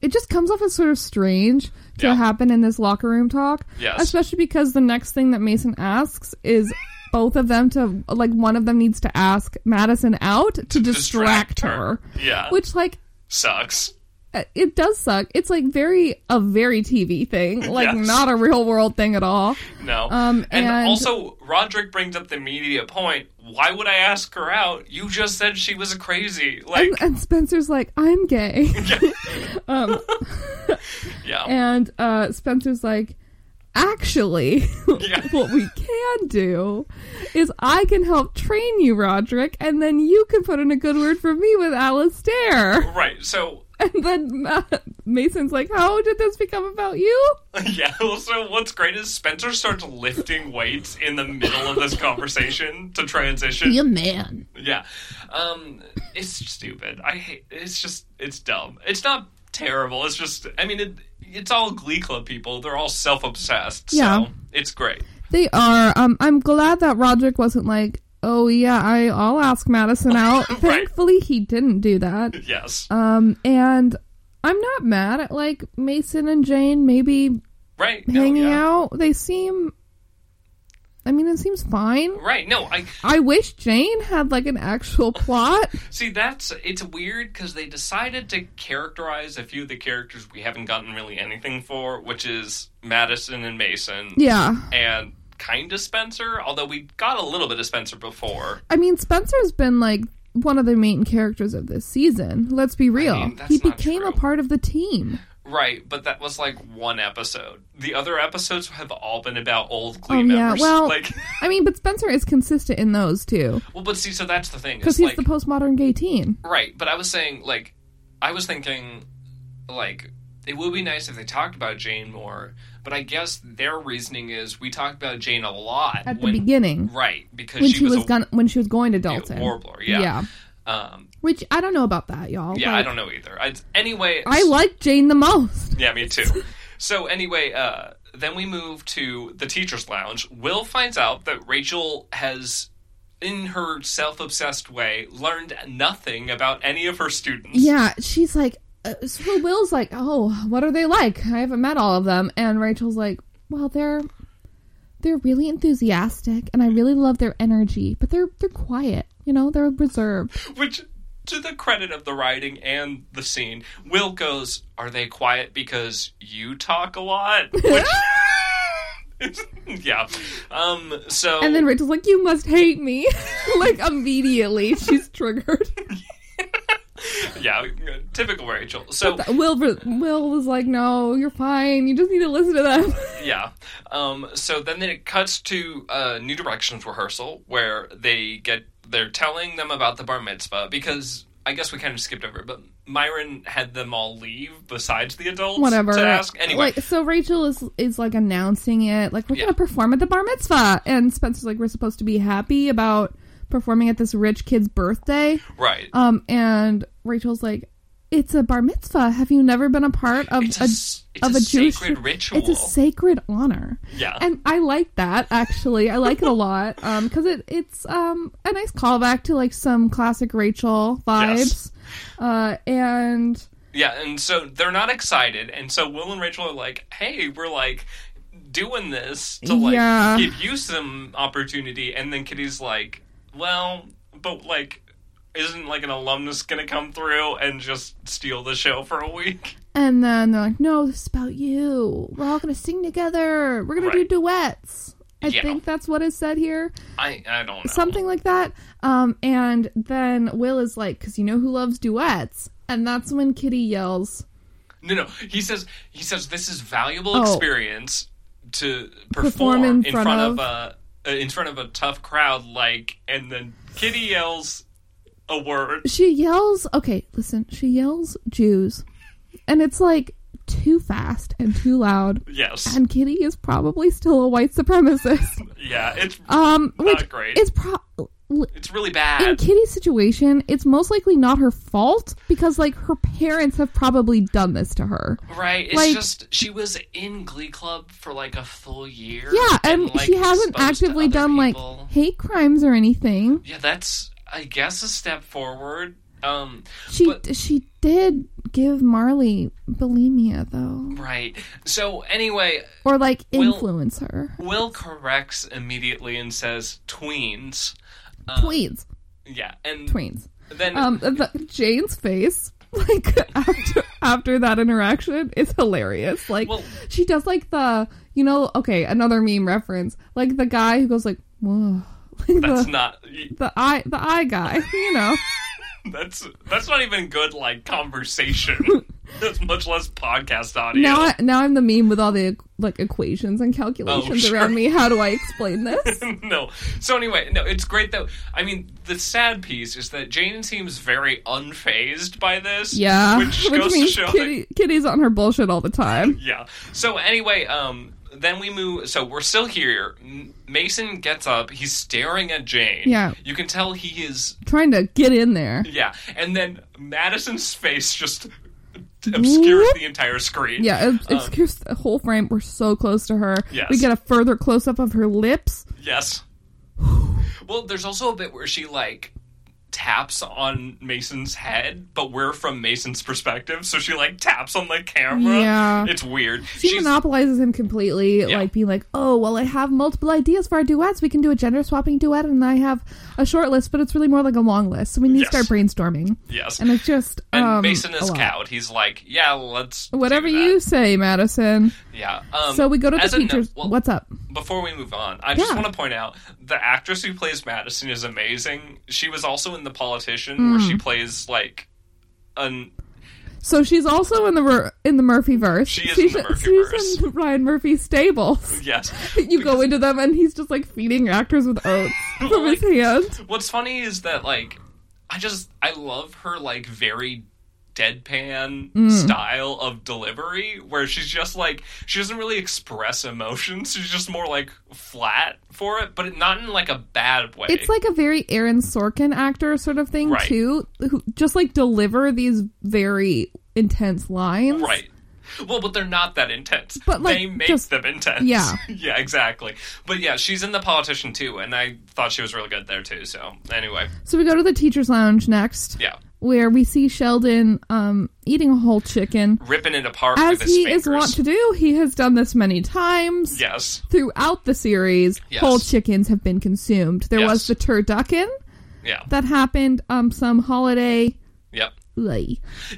[SPEAKER 2] it just comes off as sort of strange to
[SPEAKER 1] Yeah.
[SPEAKER 2] happen in this locker room talk.
[SPEAKER 1] Yes.
[SPEAKER 2] Especially because the next thing that Mason asks is both of them to like one of them needs to ask Madison out to, distract,
[SPEAKER 1] distract
[SPEAKER 2] her.
[SPEAKER 1] her. Yeah.
[SPEAKER 2] Which like
[SPEAKER 1] Sucks.
[SPEAKER 2] uh, it does suck. It's like very a very TV thing, like
[SPEAKER 1] Yes.
[SPEAKER 2] not a real world thing at all.
[SPEAKER 1] No.
[SPEAKER 2] Um,
[SPEAKER 1] and,
[SPEAKER 2] and-
[SPEAKER 1] also, Roderick brings up the immediate point. Why would I ask her out? You just said she was crazy. Like,
[SPEAKER 2] And, and Spencer's like, "I'm gay." um,
[SPEAKER 1] yeah.
[SPEAKER 2] and uh, Spencer's like, actually,
[SPEAKER 1] Yeah.
[SPEAKER 2] what we can do is I can help train you, Roderick, and then you can put in a good word for me with Alistair.
[SPEAKER 1] right. So,
[SPEAKER 2] And then uh, Mason's like, how did this become about you?
[SPEAKER 1] Yeah, also, what's great is Spencer starts lifting weights in the middle of this conversation to transition.
[SPEAKER 2] a man.
[SPEAKER 1] Yeah. Um, it's stupid. I hate It's just, it's dumb. It's not terrible. It's just, I mean, it, it's all Glee Club people. They're all self obsessed.
[SPEAKER 2] Yeah.
[SPEAKER 1] So it's great.
[SPEAKER 2] They are. Um, I'm glad that Roderick wasn't like, oh yeah, I, I'll ask Madison out. Thankfully, he didn't do that.
[SPEAKER 1] Yes.
[SPEAKER 2] Um, and I'm not mad at like Mason and Jane maybe
[SPEAKER 1] Right. No,
[SPEAKER 2] hanging
[SPEAKER 1] yeah.
[SPEAKER 2] out. They seem. I mean, it seems fine.
[SPEAKER 1] Right. No, I
[SPEAKER 2] I wish Jane had like an actual plot.
[SPEAKER 1] see that's it's weird because they decided to characterize a few of the characters we haven't gotten really anything for, which is Madison and Mason.
[SPEAKER 2] yeah.
[SPEAKER 1] and kind of Spencer, although we got a little bit of Spencer before.
[SPEAKER 2] I mean, Spencer's been like one of the main characters of this season. Let's be real.
[SPEAKER 1] mean, that's
[SPEAKER 2] he
[SPEAKER 1] not
[SPEAKER 2] became a
[SPEAKER 1] true.
[SPEAKER 2] part of the team.
[SPEAKER 1] Right, but that was like one episode. The other episodes have all been about old Glee
[SPEAKER 2] Um, yeah,
[SPEAKER 1] members.
[SPEAKER 2] well-
[SPEAKER 1] like,
[SPEAKER 2] I mean, but Spencer is consistent in those too
[SPEAKER 1] well, but see, so that's the thing.
[SPEAKER 2] because
[SPEAKER 1] is,
[SPEAKER 2] he's
[SPEAKER 1] like,
[SPEAKER 2] the postmodern gay teen.
[SPEAKER 1] Right, but I was saying, like, I was thinking, like, it would be nice if they talked about Jane more, but I guess their reasoning is we talked about Jane a lot
[SPEAKER 2] At the
[SPEAKER 1] when-
[SPEAKER 2] beginning,
[SPEAKER 1] Right, because
[SPEAKER 2] when
[SPEAKER 1] she, was, a
[SPEAKER 2] gon- when she was going to Dalton,
[SPEAKER 1] warbler, yeah.
[SPEAKER 2] yeah.
[SPEAKER 1] Um,
[SPEAKER 2] Which I don't know about that, y'all.
[SPEAKER 1] yeah, I
[SPEAKER 2] Like,
[SPEAKER 1] don't know either. I, anyway,
[SPEAKER 2] I like Jane the most.
[SPEAKER 1] Yeah, me too. so anyway, uh, then we move to the teacher's lounge. Will finds out that Rachel has, in her self-obsessed way, learned nothing about any of her students.
[SPEAKER 2] Yeah, she's like, uh, so Will's like, oh, what are they like? I haven't met all of them. And Rachel's like, well, they're they're really enthusiastic, and I really love their energy, but they're they're quiet. You know, they're reserved.
[SPEAKER 1] Which to the credit of the writing and the scene, Will goes, "Are they quiet because you talk a lot?" Which, yeah. Um. So
[SPEAKER 2] And then Rachel's like, "You must hate me!" like immediately, she's triggered.
[SPEAKER 1] yeah, typical Rachel. So
[SPEAKER 2] Will Will was like, "No, you're fine. You just need to listen to them."
[SPEAKER 1] yeah. Um, so then it cuts to uh, New Directions rehearsal where they get they're telling them about the bar mitzvah because I guess we kind of skipped over, it, but Myron had them all leave besides the adults
[SPEAKER 2] Whatever.
[SPEAKER 1] to ask anyway.
[SPEAKER 2] like, so Rachel is is like announcing it, like we're
[SPEAKER 1] Yeah.
[SPEAKER 2] gonna perform at the bar mitzvah, and Spencer's like, "We're supposed to be happy about performing at this rich kid's birthday."
[SPEAKER 1] right.
[SPEAKER 2] Um, and Rachel's like, "It's a bar mitzvah. Have you never been a part of
[SPEAKER 1] It's a,
[SPEAKER 2] um, a,
[SPEAKER 1] s- it's
[SPEAKER 2] of
[SPEAKER 1] a,
[SPEAKER 2] a Jewish-
[SPEAKER 1] sacred ritual.
[SPEAKER 2] It's a sacred honor."
[SPEAKER 1] yeah.
[SPEAKER 2] And I like that actually. I like it a lot um cuz it it's um a nice callback to like some classic Rachel vibes.
[SPEAKER 1] Yes.
[SPEAKER 2] Uh and
[SPEAKER 1] Yeah, and so they're not excited, and so Will and Rachel are like, "Hey, we're like doing this to like
[SPEAKER 2] Yeah.
[SPEAKER 1] give you some opportunity," and then Kitty's like, "Well, but like, isn't like an alumnus gonna come through and just steal the show for a week?"
[SPEAKER 2] and then they're like, "No, this is about you. We're all going to sing together. We're going to
[SPEAKER 1] Right.
[SPEAKER 2] do duets." I
[SPEAKER 1] Yeah.
[SPEAKER 2] think that's what is said here.
[SPEAKER 1] I I don't know.
[SPEAKER 2] Something like that. Um and then Will is like, "Cuz you know who loves duets?" And that's when Kitty yells,
[SPEAKER 1] no, no. He says he says this is valuable
[SPEAKER 2] Oh.
[SPEAKER 1] experience to perform,
[SPEAKER 2] Perform in
[SPEAKER 1] in,
[SPEAKER 2] front
[SPEAKER 1] front,
[SPEAKER 2] of-
[SPEAKER 1] of, a in front of a tough crowd, like, and then Kitty yells a word.
[SPEAKER 2] she yells okay listen she yells jews and it's like too fast and too loud
[SPEAKER 1] Yes.
[SPEAKER 2] and kitty is probably still a white supremacist
[SPEAKER 1] Yeah, it's
[SPEAKER 2] um which
[SPEAKER 1] Not great.
[SPEAKER 2] is pro
[SPEAKER 1] it's really
[SPEAKER 2] in
[SPEAKER 1] bad.
[SPEAKER 2] kitty's situation it's most likely not her fault because like her parents have probably done this to her
[SPEAKER 1] right? It's
[SPEAKER 2] like-
[SPEAKER 1] just she was in Glee Club for like a full year.
[SPEAKER 2] yeah and
[SPEAKER 1] like,
[SPEAKER 2] she hasn't
[SPEAKER 1] exposed to
[SPEAKER 2] actively
[SPEAKER 1] other
[SPEAKER 2] done
[SPEAKER 1] people.
[SPEAKER 2] like hate crimes or anything
[SPEAKER 1] Yeah, that's I guess a step forward. Um,
[SPEAKER 2] she
[SPEAKER 1] But-
[SPEAKER 2] she did give marley bulimia though
[SPEAKER 1] right. So anyway,
[SPEAKER 2] or like
[SPEAKER 1] Will-
[SPEAKER 2] influence her
[SPEAKER 1] Will corrects immediately and says tweens. Um, uh,
[SPEAKER 2] tweens
[SPEAKER 1] Yeah, and
[SPEAKER 2] tweens
[SPEAKER 1] then
[SPEAKER 2] Um, the, Jane's face, like after after that interaction, is hilarious. Like
[SPEAKER 1] Well-
[SPEAKER 2] she does like the you know okay another meme reference, like the guy who goes like whoa, like
[SPEAKER 1] that's
[SPEAKER 2] the,
[SPEAKER 1] not
[SPEAKER 2] the eye the eye guy, you know.
[SPEAKER 1] that's that's not even good like conversation. that's much less podcast audio.
[SPEAKER 2] now I, now I'm the meme with all the like equations and calculations
[SPEAKER 1] Oh, sure.
[SPEAKER 2] around me. How do I explain this?
[SPEAKER 1] no. So anyway, no, it's great though. I mean, the sad piece is that Jane seems very unfazed by this.
[SPEAKER 2] Yeah,
[SPEAKER 1] Which, goes
[SPEAKER 2] means
[SPEAKER 1] to show that-
[SPEAKER 2] Kitty, Kitty's on her bullshit all the time.
[SPEAKER 1] Yeah. So anyway, um then we move so we're still here. M- Mason gets up, he's staring at Jane.
[SPEAKER 2] Yeah.
[SPEAKER 1] You can tell he is
[SPEAKER 2] Trying to get in there.
[SPEAKER 1] yeah. And then Madison's face just obscures the entire screen.
[SPEAKER 2] Yeah, it, it's just the whole frame. We're so close to her.
[SPEAKER 1] Um, Yes.
[SPEAKER 2] We get a further close up of her lips.
[SPEAKER 1] Yes. Well, there's also a bit where she like taps on Mason's head, but we're from Mason's perspective, so she like taps on the camera.
[SPEAKER 2] Yeah.
[SPEAKER 1] It's weird.
[SPEAKER 2] She
[SPEAKER 1] She's-
[SPEAKER 2] monopolizes him completely, like being like, "Oh, well, I have multiple ideas for our duets. We can do a gender swapping duet, and I have a short list, but it's really more like a long list. So we need
[SPEAKER 1] Yes.
[SPEAKER 2] to start brainstorming."
[SPEAKER 1] yes.
[SPEAKER 2] And
[SPEAKER 1] And,
[SPEAKER 2] it's just um,
[SPEAKER 1] Mason
[SPEAKER 2] a
[SPEAKER 1] is
[SPEAKER 2] lot.
[SPEAKER 1] cowed. He's like, "Yeah, let's do
[SPEAKER 2] Whatever
[SPEAKER 1] that."
[SPEAKER 2] you say, Madison.
[SPEAKER 1] Yeah. Um,
[SPEAKER 2] so we go to the
[SPEAKER 1] as a no-
[SPEAKER 2] teachers.
[SPEAKER 1] well,
[SPEAKER 2] What's up?
[SPEAKER 1] before we move on, I just
[SPEAKER 2] Yeah.
[SPEAKER 1] want to point out the actress who plays Madison is amazing. She was also in The Politician, where
[SPEAKER 2] Hmm.
[SPEAKER 1] she plays like an
[SPEAKER 2] So she's also in the Mur- in the Murphy verse.
[SPEAKER 1] She is
[SPEAKER 2] she's,
[SPEAKER 1] in the Murphy
[SPEAKER 2] she's
[SPEAKER 1] verse.
[SPEAKER 2] in Ryan Murphy's stables.
[SPEAKER 1] yes.
[SPEAKER 2] you go into them and he's just like feeding actors with oats from his hand.
[SPEAKER 1] What's funny is that like I just I love her like very deadpan
[SPEAKER 2] Mm.
[SPEAKER 1] style of delivery where she's just like she doesn't really express emotions. She's just more like flat for it, but not in like a bad way.
[SPEAKER 2] It's like a very Aaron Sorkin actor sort of thing
[SPEAKER 1] Right.
[SPEAKER 2] too, who just like deliver these very intense lines.
[SPEAKER 1] right. Well, but they're not that intense.
[SPEAKER 2] But, like,
[SPEAKER 1] they make
[SPEAKER 2] just-
[SPEAKER 1] them intense.
[SPEAKER 2] yeah.
[SPEAKER 1] yeah, exactly. But yeah, she's in the politician too, and I thought she was really good there too. So anyway,
[SPEAKER 2] So we go to the teachers' lounge next,
[SPEAKER 1] yeah,
[SPEAKER 2] where we see Sheldon um, eating a whole chicken,
[SPEAKER 1] ripping it apart
[SPEAKER 2] as
[SPEAKER 1] with his
[SPEAKER 2] he
[SPEAKER 1] fingers.
[SPEAKER 2] is wont to do. He has done this many times.
[SPEAKER 1] yes,
[SPEAKER 2] Throughout the series,
[SPEAKER 1] Yes.
[SPEAKER 2] whole chickens have been consumed. There
[SPEAKER 1] Yes.
[SPEAKER 2] was the turducken,
[SPEAKER 1] Yeah.
[SPEAKER 2] that happened um some holiday
[SPEAKER 1] Yep.
[SPEAKER 2] like,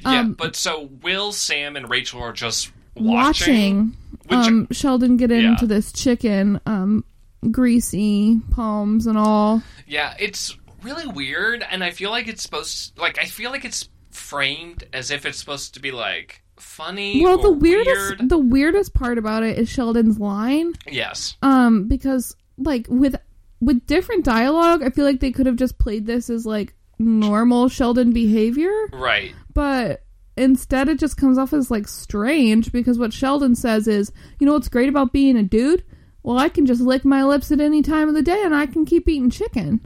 [SPEAKER 1] Yeah.
[SPEAKER 2] um,
[SPEAKER 1] but so Will, Sam, and Rachel are just watching.
[SPEAKER 2] watching,
[SPEAKER 1] Which-
[SPEAKER 2] um Sheldon get
[SPEAKER 1] Yeah.
[SPEAKER 2] into this chicken um greasy palms and all
[SPEAKER 1] Yeah, it's really weird, and I feel like it's supposed like I feel like it's framed as if it's supposed to be like funny.
[SPEAKER 2] well the
[SPEAKER 1] or
[SPEAKER 2] weirdest
[SPEAKER 1] weird.
[SPEAKER 2] the weirdest part about it is Sheldon's line
[SPEAKER 1] Yes.
[SPEAKER 2] um because like with with different dialogue I feel like they could have just played this as like normal Sheldon behavior
[SPEAKER 1] Right.
[SPEAKER 2] but instead it just comes off as like strange because what Sheldon says is, you know what's great about being a dude? Well, I can just lick my lips at any time of the day and I can keep eating chicken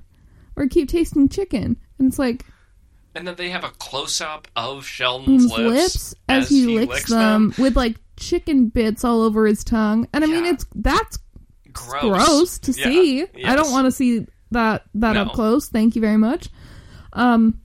[SPEAKER 2] or keep tasting chicken. And it's like
[SPEAKER 1] And then they have a close up of
[SPEAKER 2] his
[SPEAKER 1] Sheldon's
[SPEAKER 2] lips, as, he, licks, them, with like chicken bits all over his tongue. And I mean
[SPEAKER 1] Yeah.
[SPEAKER 2] it's that's
[SPEAKER 1] Gross.
[SPEAKER 2] gross to
[SPEAKER 1] Yeah.
[SPEAKER 2] see. I
[SPEAKER 1] Yes.
[SPEAKER 2] don't want to see that that
[SPEAKER 1] No.
[SPEAKER 2] up close. Thank you very much. Um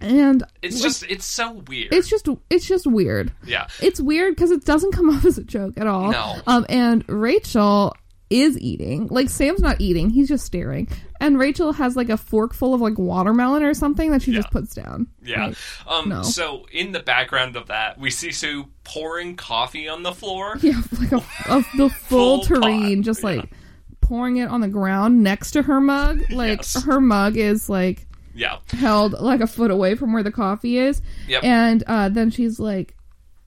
[SPEAKER 2] and
[SPEAKER 1] It's
[SPEAKER 2] like,
[SPEAKER 1] just it's so weird.
[SPEAKER 2] it's just it's just weird.
[SPEAKER 1] yeah.
[SPEAKER 2] it's weird because it doesn't come off as a joke at all.
[SPEAKER 1] No.
[SPEAKER 2] Um, and Rachel is eating. Like Sam's not eating; he's just staring. And Rachel has like a fork full of like watermelon or something that she
[SPEAKER 1] Yeah.
[SPEAKER 2] just puts down.
[SPEAKER 1] Yeah.
[SPEAKER 2] Like,
[SPEAKER 1] Um
[SPEAKER 2] no.
[SPEAKER 1] so in the background of that, we see Sue pouring coffee on the floor.
[SPEAKER 2] yeah, like a, a the
[SPEAKER 1] Full
[SPEAKER 2] full terrine,
[SPEAKER 1] pot,
[SPEAKER 2] just
[SPEAKER 1] yeah.
[SPEAKER 2] like pouring it on the ground next to her mug. Like
[SPEAKER 1] Yes.
[SPEAKER 2] her mug is like
[SPEAKER 1] Yeah.
[SPEAKER 2] held like a foot away from where the coffee is.
[SPEAKER 1] Yep.
[SPEAKER 2] And uh, then she's like.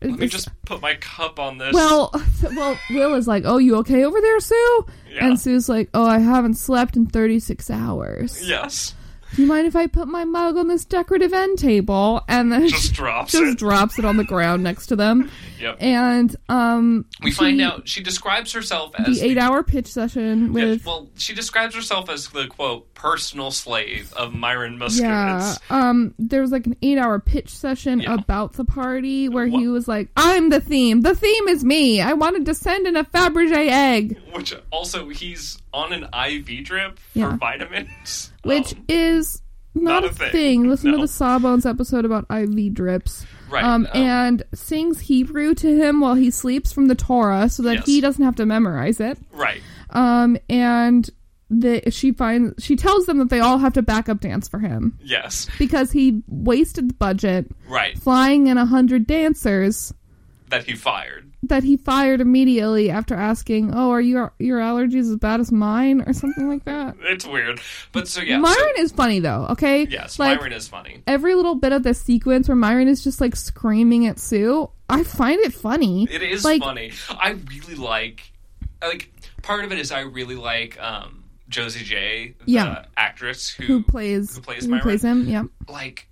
[SPEAKER 1] Let me just put my cup on this.
[SPEAKER 2] Well, well, Will is like, "Oh, you okay over there, Sue?"
[SPEAKER 1] Yeah.
[SPEAKER 2] And Sue's like, "Oh, I haven't slept in 36 hours.
[SPEAKER 1] yes.
[SPEAKER 2] Do you mind if I put my mug on this decorative end table?" And then
[SPEAKER 1] Just drops
[SPEAKER 2] just
[SPEAKER 1] it.
[SPEAKER 2] drops it on the ground next to them.
[SPEAKER 1] Yep.
[SPEAKER 2] And um,
[SPEAKER 1] we find
[SPEAKER 2] she-
[SPEAKER 1] out she describes herself
[SPEAKER 2] the
[SPEAKER 1] as
[SPEAKER 2] eight-hour pitch session
[SPEAKER 1] yeah,
[SPEAKER 2] with
[SPEAKER 1] well, she describes herself as the quote personal slave of Myron Muskowitz.
[SPEAKER 2] yeah, um, there was like an eight-hour pitch session
[SPEAKER 1] Yeah.
[SPEAKER 2] about the party where he
[SPEAKER 1] Wha-
[SPEAKER 2] was like, "I'm the theme. The theme is me. I wanted to send in a Fabergé egg."
[SPEAKER 1] Which also he's on an IV drip for
[SPEAKER 2] Yeah.
[SPEAKER 1] vitamins.
[SPEAKER 2] which
[SPEAKER 1] Um,
[SPEAKER 2] is not, a thing. Listen
[SPEAKER 1] No.
[SPEAKER 2] to the Sawbones episode about IV drips.
[SPEAKER 1] right.
[SPEAKER 2] um,
[SPEAKER 1] um,
[SPEAKER 2] and sings Hebrew to him while he sleeps from the Torah, so that
[SPEAKER 1] Yes.
[SPEAKER 2] he doesn't have to memorize it.
[SPEAKER 1] right.
[SPEAKER 2] Um, and the, she finds she tells them that they all have to backup dance for him
[SPEAKER 1] Yes.
[SPEAKER 2] because he wasted the budget
[SPEAKER 1] Right.
[SPEAKER 2] flying in a hundred dancers
[SPEAKER 1] That he fired.
[SPEAKER 2] that he fired immediately after asking, "Oh, are your your allergies as bad as mine?" or something like that.
[SPEAKER 1] It's weird. But so yeah.
[SPEAKER 2] Myron
[SPEAKER 1] so-
[SPEAKER 2] is funny though. Okay,
[SPEAKER 1] yes,
[SPEAKER 2] like
[SPEAKER 1] Myron is funny.
[SPEAKER 2] every little bit of this sequence where Myron is just like screaming at Sue, I find it funny.
[SPEAKER 1] It is
[SPEAKER 2] like,
[SPEAKER 1] funny. I really like like part of it is I really like um Josie J, the
[SPEAKER 2] Yeah.
[SPEAKER 1] actress who,
[SPEAKER 2] Who plays
[SPEAKER 1] who plays Myron.
[SPEAKER 2] him? Yeah.
[SPEAKER 1] like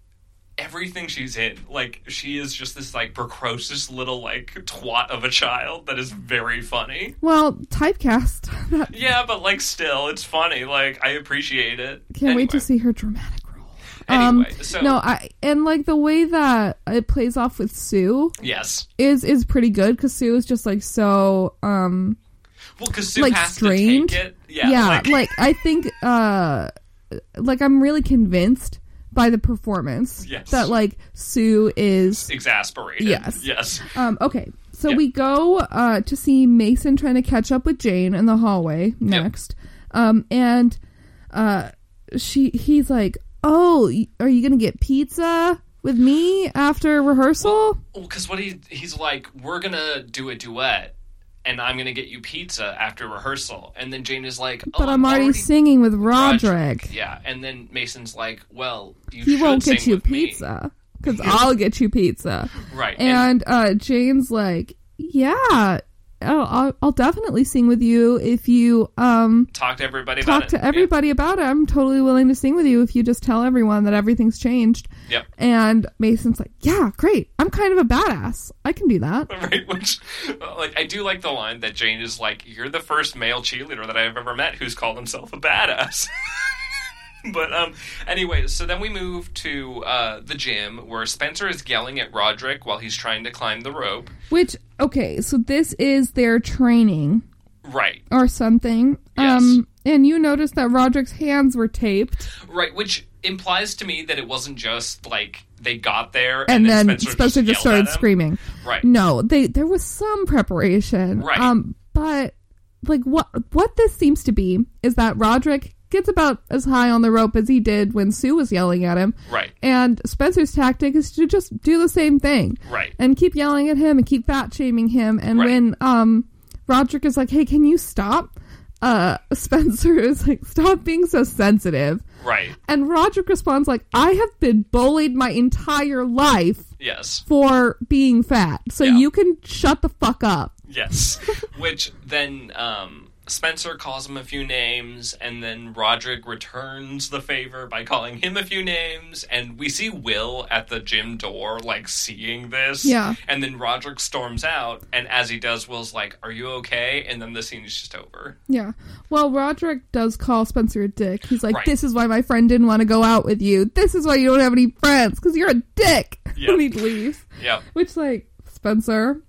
[SPEAKER 1] everything she's in like she is just this like precocious little like twat of a child that is very funny
[SPEAKER 2] Well, typecast. That-
[SPEAKER 1] yeah but like still it's funny like i appreciate it
[SPEAKER 2] Can't wait to
[SPEAKER 1] Anyway.
[SPEAKER 2] see her dramatic role. Um,
[SPEAKER 1] Anyway, so-
[SPEAKER 2] no, I and like the way that it plays off with Sue
[SPEAKER 1] yes
[SPEAKER 2] is is pretty good because Sue is just like so um
[SPEAKER 1] well because sue
[SPEAKER 2] Like,
[SPEAKER 1] has
[SPEAKER 2] strained?
[SPEAKER 1] to take it yeah,
[SPEAKER 2] yeah, like, I think uh like I'm really convinced by the performance
[SPEAKER 1] Yes.
[SPEAKER 2] that like Sue is
[SPEAKER 1] exasperated
[SPEAKER 2] Yes.
[SPEAKER 1] yes
[SPEAKER 2] Um, okay, so
[SPEAKER 1] Yeah.
[SPEAKER 2] we go uh, to see Mason trying to catch up with Jane in the hallway next, um, and uh, she he's like, "Oh, y- are you gonna get pizza with me after rehearsal?"
[SPEAKER 1] because what he he's like we're gonna do a duet and i'm gonna get you pizza after rehearsal and then jane is like oh,
[SPEAKER 2] But I'm already,
[SPEAKER 1] already
[SPEAKER 2] singing with Roderick.
[SPEAKER 1] Roderick." yeah and then mason's like well you
[SPEAKER 2] He
[SPEAKER 1] should
[SPEAKER 2] won't get
[SPEAKER 1] sing
[SPEAKER 2] you
[SPEAKER 1] with me.
[SPEAKER 2] pizza because I'll get you pizza.
[SPEAKER 1] right
[SPEAKER 2] And uh, Jane's like, "Yeah." Oh, I'll, I'll definitely sing with you if you um
[SPEAKER 1] talk to everybody about
[SPEAKER 2] talk
[SPEAKER 1] it.
[SPEAKER 2] to everybody about it. I'm totally willing to sing with you if you just tell everyone that everything's changed.
[SPEAKER 1] Yep.
[SPEAKER 2] And Mason's like, yeah, great. I'm kind of a badass. I can do that.
[SPEAKER 1] Yep. Right, which like I do like the line that Jane is like, "You're the first male cheerleader that I've ever met who's called himself a badass." but um, anyway, so then we move to uh, the gym where Spencer is yelling at Roderick while he's trying to climb the rope.
[SPEAKER 2] Which, okay, so this is their training
[SPEAKER 1] Right,
[SPEAKER 2] or something.
[SPEAKER 1] Yes.
[SPEAKER 2] Um, and you noticed that Roderick's hands were taped,
[SPEAKER 1] right, which implies to me that it wasn't just like they got there
[SPEAKER 2] and,
[SPEAKER 1] and,
[SPEAKER 2] then
[SPEAKER 1] Spencer,
[SPEAKER 2] Spencer just
[SPEAKER 1] yelled at
[SPEAKER 2] started
[SPEAKER 1] him.
[SPEAKER 2] screaming.
[SPEAKER 1] Right,
[SPEAKER 2] No, they there was some preparation.
[SPEAKER 1] Right.
[SPEAKER 2] Um, but like what what this seems to be is that Roderick gets about as high on the rope as he did when Sue was yelling at him.
[SPEAKER 1] Right.
[SPEAKER 2] And Spencer's tactic is to just do the same thing
[SPEAKER 1] Right.
[SPEAKER 2] and keep yelling at him and keep fat shaming him. And
[SPEAKER 1] Right.
[SPEAKER 2] when um, Roderick is like, "Hey, can you stop?" Uh, Spencer is like, "Stop being so sensitive."
[SPEAKER 1] Right.
[SPEAKER 2] And Roderick responds like, "I have been bullied my entire life
[SPEAKER 1] Yes.
[SPEAKER 2] for being fat, so
[SPEAKER 1] Yeah.
[SPEAKER 2] you can shut the fuck up."
[SPEAKER 1] Yes. Which then um, Spencer calls him a few names, and then Roderick returns the favor by calling him a few names. And we see Will at the gym door, like seeing this.
[SPEAKER 2] Yeah.
[SPEAKER 1] And then Roderick storms out, and as he does, Will's like, Are you okay? And then the scene is just over.
[SPEAKER 2] Yeah. Well, Roderick does call Spencer a dick. He's like,
[SPEAKER 1] Right.
[SPEAKER 2] "This is why my friend didn't want to go out with you. This is why you don't have any friends because you're a dick."
[SPEAKER 1] Yeah.
[SPEAKER 2] and he leaves.
[SPEAKER 1] Yep.
[SPEAKER 2] Which, like, Spencer,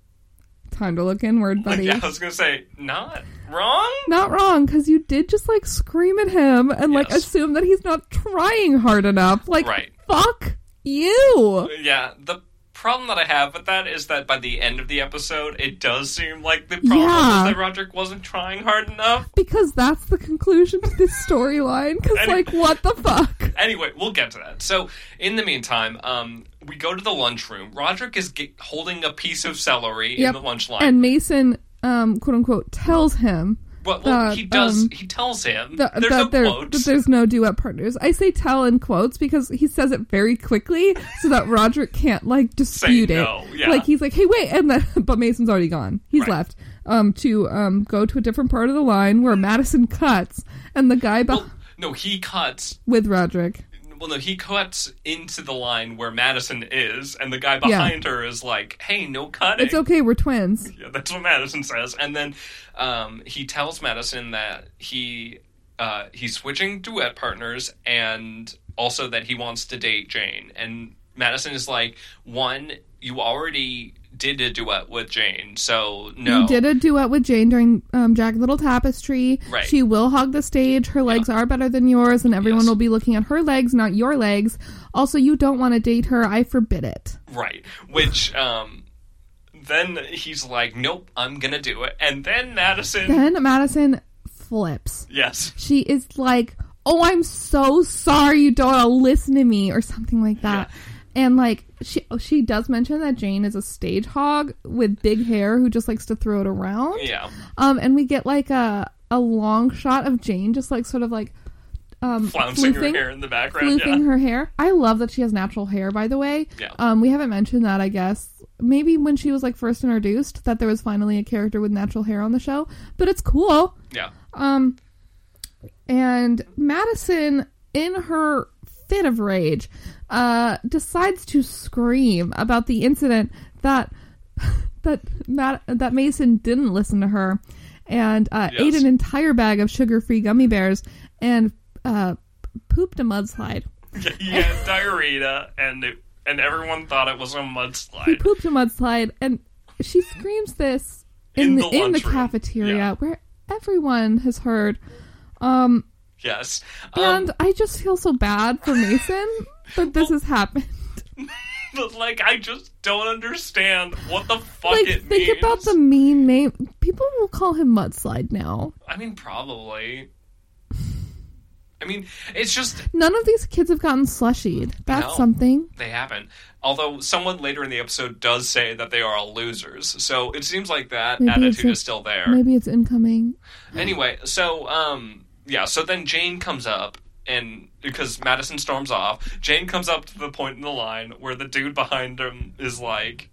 [SPEAKER 2] time to look inward, buddy.
[SPEAKER 1] Oh, Yeah, I was going to say, Not wrong?
[SPEAKER 2] Not wrong, because you did just like scream at him and like
[SPEAKER 1] Yes.
[SPEAKER 2] assume that he's not trying hard enough. Like,
[SPEAKER 1] Right.
[SPEAKER 2] fuck you.
[SPEAKER 1] Yeah. The. Problem that I have with that is that by the end of the episode, it does seem like the problem
[SPEAKER 2] Yeah.
[SPEAKER 1] was that Roderick wasn't trying hard enough.
[SPEAKER 2] Because that's the conclusion to this storyline. Because,
[SPEAKER 1] Any-
[SPEAKER 2] like, what the fuck?
[SPEAKER 1] Anyway, we'll get to that. So, in the meantime, um, we go to the lunchroom. Roderick is ge- holding a piece of celery in
[SPEAKER 2] Yep.
[SPEAKER 1] the lunch line.
[SPEAKER 2] And Mason, um, quote unquote, tells him
[SPEAKER 1] well, well,
[SPEAKER 2] the,
[SPEAKER 1] he does.
[SPEAKER 2] um,
[SPEAKER 1] he tells him
[SPEAKER 2] the,
[SPEAKER 1] there's
[SPEAKER 2] that
[SPEAKER 1] no
[SPEAKER 2] there- that
[SPEAKER 1] quotes.
[SPEAKER 2] there's no duet partners. I say tell in quotes because he says it very quickly so that Roderick can't like dispute
[SPEAKER 1] no,
[SPEAKER 2] it.
[SPEAKER 1] yeah.
[SPEAKER 2] Like he's like, hey, wait, and then but Mason's already gone. He's
[SPEAKER 1] Right.
[SPEAKER 2] left um, to um, go to a different part of the line where Madison cuts and the guy beh-
[SPEAKER 1] Well, no, he cuts.
[SPEAKER 2] with Roderick.
[SPEAKER 1] Well, no, he cuts into the line where Madison is, and the guy behind her is like, "Hey, no cutting."
[SPEAKER 2] It's okay, we're twins.
[SPEAKER 1] Yeah, that's what Madison says. And then um, he tells Madison that he uh, he's switching duet partners, and also that he wants to date Jane. And Madison is like, one, you already did a duet with Jane, so no,
[SPEAKER 2] You did a duet with Jane during um, Jack Little Tapestry.
[SPEAKER 1] Right.
[SPEAKER 2] She will hog the stage. Her legs are better than yours, and everyone
[SPEAKER 1] Yes.
[SPEAKER 2] will be looking at her legs, not your legs. Also, you don't want to date her. I forbid it.
[SPEAKER 1] right? Which um, then he's like, nope, I'm gonna do it. And then Madison,
[SPEAKER 2] Then Madison flips.
[SPEAKER 1] yes,
[SPEAKER 2] She is like, "Oh, I'm so sorry you don't wanna listen to me," or something like that. And like she she does mention that Jane is a stage hog with big hair who just likes to throw it around.
[SPEAKER 1] yeah,
[SPEAKER 2] Um, and we get like a a long shot of Jane just like sort of like um
[SPEAKER 1] flouncing her
[SPEAKER 2] floofing-
[SPEAKER 1] hair in the background,
[SPEAKER 2] floofing
[SPEAKER 1] yeah.
[SPEAKER 2] her hair. I love that she has natural hair, by the way.
[SPEAKER 1] Yeah.
[SPEAKER 2] Um, we haven't mentioned that, I guess. Maybe when she was like first introduced, that there was finally a character with natural hair on the show. But it's cool.
[SPEAKER 1] yeah,
[SPEAKER 2] Um, and Madison, in her fit of rage, uh, decides to scream about the incident that that Mad- that Mason didn't listen to her, and uh,
[SPEAKER 1] Yes.
[SPEAKER 2] ate an entire bag of sugar-free gummy bears and uh, pooped a mudslide.
[SPEAKER 1] yeah, he had diarrhea, and it, and everyone thought it was a
[SPEAKER 2] He
[SPEAKER 1] mudslide.
[SPEAKER 2] pooped a mudslide, and she screams this in,
[SPEAKER 1] In
[SPEAKER 2] the,
[SPEAKER 1] the
[SPEAKER 2] in the
[SPEAKER 1] lunchroom.
[SPEAKER 2] cafeteria
[SPEAKER 1] Yeah.
[SPEAKER 2] where everyone has heard.
[SPEAKER 1] Yes. Um,
[SPEAKER 2] And I just feel so bad for Mason that this has happened.
[SPEAKER 1] Um, but like, I just don't understand what the fuck
[SPEAKER 2] Like,
[SPEAKER 1] it
[SPEAKER 2] think
[SPEAKER 1] means.
[SPEAKER 2] about the mean name. People will call him Mudslide now.
[SPEAKER 1] I mean, probably. I mean, it's just
[SPEAKER 2] None of these kids have gotten slushied. That's
[SPEAKER 1] No.
[SPEAKER 2] something.
[SPEAKER 1] they haven't. Although someone later in the episode does say that they are all losers, so it seems like that
[SPEAKER 2] Maybe it's
[SPEAKER 1] attitude
[SPEAKER 2] a-
[SPEAKER 1] is still there.
[SPEAKER 2] Maybe it's incoming.
[SPEAKER 1] Anyway, so um, yeah, so then Jane comes up. And because Madison storms off, Jane comes up to the point in the line where the dude behind him is like,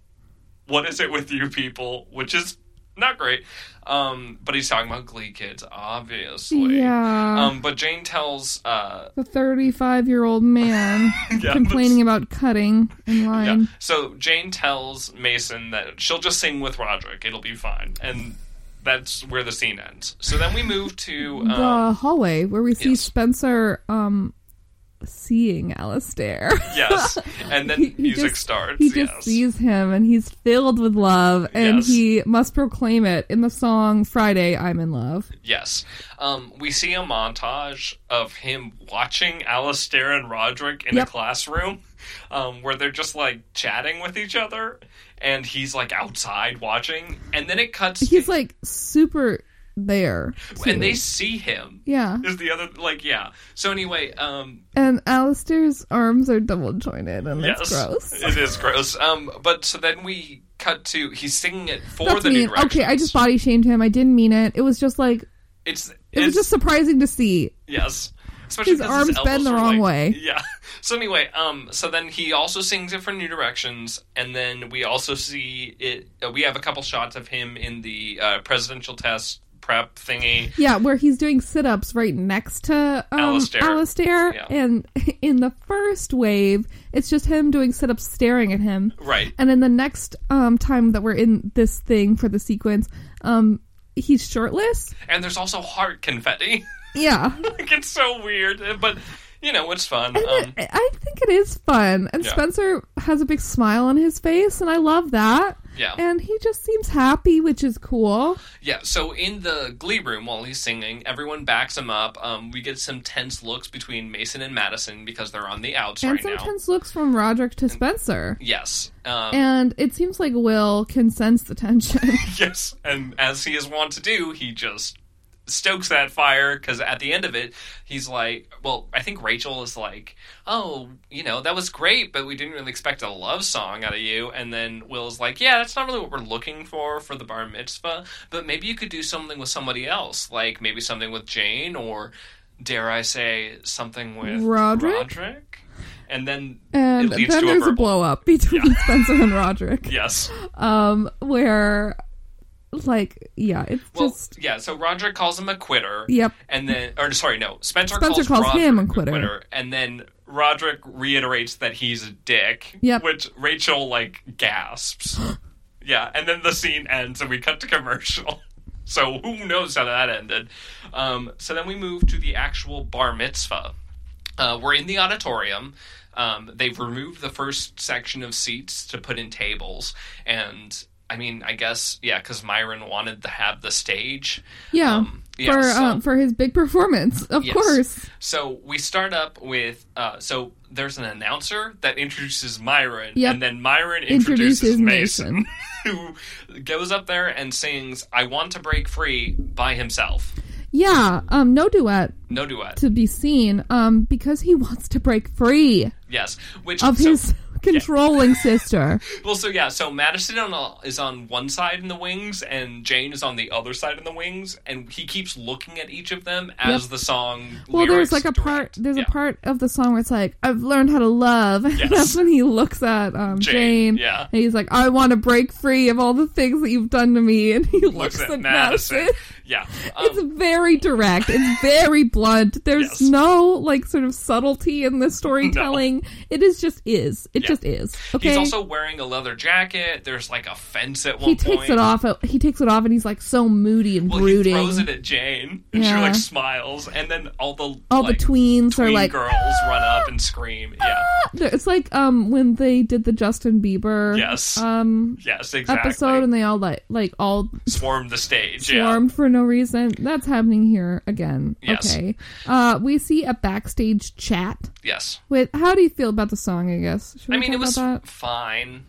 [SPEAKER 1] "What is it with you people?" Which is not great. Um, but he's talking about Glee kids, obviously.
[SPEAKER 2] Yeah.
[SPEAKER 1] Um, but Jane tells uh,
[SPEAKER 2] the 35 year old man
[SPEAKER 1] but-
[SPEAKER 2] complaining about cutting in line.
[SPEAKER 1] yeah. So Jane tells Mason that she'll just sing with Roderick; it'll be fine, and that's where the scene ends. So then we move to um,
[SPEAKER 2] The hallway where we see
[SPEAKER 1] yes.
[SPEAKER 2] Spencer um, seeing Alistair.
[SPEAKER 1] yes, and then
[SPEAKER 2] He- he
[SPEAKER 1] music
[SPEAKER 2] just-
[SPEAKER 1] starts.
[SPEAKER 2] He just
[SPEAKER 1] yes,
[SPEAKER 2] sees him and he's filled with love and
[SPEAKER 1] Yes.
[SPEAKER 2] he must proclaim it in the song Friday I'm in love.
[SPEAKER 1] yes. Um, we see a montage of him watching Alistair and Roderick in
[SPEAKER 2] Yep.
[SPEAKER 1] a classroom, um, where they're just like chatting with each other, and he's like outside watching, and then it cuts. to
[SPEAKER 2] He's like super there. too.
[SPEAKER 1] and they see him.
[SPEAKER 2] yeah.
[SPEAKER 1] Is the other like yeah? So anyway, um,
[SPEAKER 2] And Alistair's arms are double jointed, and
[SPEAKER 1] yes,
[SPEAKER 2] it's gross.
[SPEAKER 1] It is gross. Um, but so then we cut to he's singing it for
[SPEAKER 2] That's
[SPEAKER 1] the
[SPEAKER 2] mean.
[SPEAKER 1] new directions.
[SPEAKER 2] Okay, I just body shamed him. I didn't mean it. It was just like
[SPEAKER 1] it's
[SPEAKER 2] it was
[SPEAKER 1] it's
[SPEAKER 2] just surprising to see.
[SPEAKER 1] Yes. Especially
[SPEAKER 2] His
[SPEAKER 1] 'cause
[SPEAKER 2] arms
[SPEAKER 1] elbows
[SPEAKER 2] bend the
[SPEAKER 1] were,
[SPEAKER 2] wrong way.
[SPEAKER 1] Yeah. So anyway, um, so then he also sings it for New Directions, and then we also see it. Uh, we have a couple shots of him in the uh, presidential test prep thingy.
[SPEAKER 2] Yeah, where he's doing sit ups right next to um,
[SPEAKER 1] Alistair.
[SPEAKER 2] Alistair.
[SPEAKER 1] Yeah.
[SPEAKER 2] And in the first wave, it's just him doing sit ups staring at him.
[SPEAKER 1] Right.
[SPEAKER 2] And in the next um, time that we're in this thing for the sequence, um, he's shirtless.
[SPEAKER 1] And there's also heart confetti.
[SPEAKER 2] Yeah.
[SPEAKER 1] like it's so weird, uh, but you know it's fun. Um,
[SPEAKER 2] I I think it is fun. And
[SPEAKER 1] Yeah.
[SPEAKER 2] Spencer has a big smile on his face, and I love that.
[SPEAKER 1] yeah.
[SPEAKER 2] And he just seems happy, which is cool.
[SPEAKER 1] Yeah, so in the Glee room while he's singing, everyone backs him up. Um, we get some tense looks between Mason and Madison because they're on the outs
[SPEAKER 2] and
[SPEAKER 1] right
[SPEAKER 2] some
[SPEAKER 1] now.
[SPEAKER 2] tense looks from Roderick to Spencer.
[SPEAKER 1] yes. Um,
[SPEAKER 2] And it seems like Will can sense the tension.
[SPEAKER 1] Yes, and as he is wont to do, he just stokes that fire because at the end of it, he's like, "Well, I think Rachel is like, oh, you know, that was great, but we didn't really expect a love song out of you." And then Will's like, "Yeah, that's not really what we're looking for for the bar mitzvah, but maybe you could do something with somebody else, like maybe something with Jane or." Dare I say something with
[SPEAKER 2] Roderick?
[SPEAKER 1] Roderick? And then
[SPEAKER 2] and
[SPEAKER 1] it
[SPEAKER 2] then
[SPEAKER 1] leads to a
[SPEAKER 2] there's a,
[SPEAKER 1] verbal.
[SPEAKER 2] blow up between Spencer and Roderick,
[SPEAKER 1] yes.
[SPEAKER 2] um, where, like, yeah, it's
[SPEAKER 1] Well,
[SPEAKER 2] just
[SPEAKER 1] yeah. So Roderick calls him a quitter.
[SPEAKER 2] yep,
[SPEAKER 1] And then, or sorry, no. Spencer,
[SPEAKER 2] Spencer
[SPEAKER 1] calls,
[SPEAKER 2] calls
[SPEAKER 1] Roderick
[SPEAKER 2] him a
[SPEAKER 1] a
[SPEAKER 2] quitter.
[SPEAKER 1] and then Roderick reiterates that he's a dick.
[SPEAKER 2] Yep.
[SPEAKER 1] Which Rachel like gasps. yeah, and then the scene ends, and we cut to commercial. So who knows how that ended? Um, so then we move to the actual bar mitzvah. Uh, we're in the auditorium. Um, they've removed the first section of seats to put in tables, and I mean, I guess yeah, because Myron wanted to have the stage.
[SPEAKER 2] yeah,
[SPEAKER 1] um, yeah,
[SPEAKER 2] for
[SPEAKER 1] so-
[SPEAKER 2] um, for his big performance, of
[SPEAKER 1] Yes.
[SPEAKER 2] course.
[SPEAKER 1] So we start up with uh, so there's an announcer that introduces Myron,
[SPEAKER 2] Yep.
[SPEAKER 1] and then Myron introduces,
[SPEAKER 2] Introduces
[SPEAKER 1] Mason, who goes up there and sings "I Want to Break Free" by himself,
[SPEAKER 2] Yeah, um, no duet
[SPEAKER 1] no duet.
[SPEAKER 2] to be seen, um, because he wants to break free
[SPEAKER 1] Yes, which
[SPEAKER 2] of
[SPEAKER 1] so-
[SPEAKER 2] his controlling sister.
[SPEAKER 1] well, so yeah, so Madison on a- is on one side in the wings, and Jane is on the other side in the wings, and he keeps looking at each of them as the song.
[SPEAKER 2] Well,
[SPEAKER 1] lyrics
[SPEAKER 2] there's like a
[SPEAKER 1] direct.
[SPEAKER 2] part. There's
[SPEAKER 1] Yeah.
[SPEAKER 2] a part of the song where it's like, "I've learned how to love." And
[SPEAKER 1] Yes.
[SPEAKER 2] That's when he looks at um,
[SPEAKER 1] Jane,
[SPEAKER 2] Jane,
[SPEAKER 1] yeah.
[SPEAKER 2] and he's like, "I want to break free of all the things that you've done to me." And he looks, at, Madison.
[SPEAKER 1] Yeah,
[SPEAKER 2] It's very direct. It's very blunt. There's
[SPEAKER 1] Um, Yes.
[SPEAKER 2] no like sort of subtlety in the storytelling. It is just is. It
[SPEAKER 1] Yeah.
[SPEAKER 2] just is. Okay.
[SPEAKER 1] He's also wearing a leather jacket. There's like a fence at one
[SPEAKER 2] he takes
[SPEAKER 1] point.
[SPEAKER 2] it off. He takes it off, and he's like so moody and
[SPEAKER 1] Well,
[SPEAKER 2] brooding.
[SPEAKER 1] he throws it at Jane, and she
[SPEAKER 2] Yeah.
[SPEAKER 1] like smiles, and then all the
[SPEAKER 2] all
[SPEAKER 1] like,
[SPEAKER 2] the tweens are
[SPEAKER 1] tween
[SPEAKER 2] like,
[SPEAKER 1] girls run up and scream. Yeah,
[SPEAKER 2] There- It's like um when they did the Justin Bieber
[SPEAKER 1] Yes.
[SPEAKER 2] um
[SPEAKER 1] yes, exactly.
[SPEAKER 2] episode and they all like like all
[SPEAKER 1] Swarm the stage. Yeah,
[SPEAKER 2] swarmed for no reason. That's happening here again.
[SPEAKER 1] Yes.
[SPEAKER 2] Okay. Uh we see a backstage chat
[SPEAKER 1] yes.
[SPEAKER 2] with how do you feel about the song, I guess? Should
[SPEAKER 1] I
[SPEAKER 2] we
[SPEAKER 1] mean, it
[SPEAKER 2] talk
[SPEAKER 1] was
[SPEAKER 2] about that?
[SPEAKER 1] fine.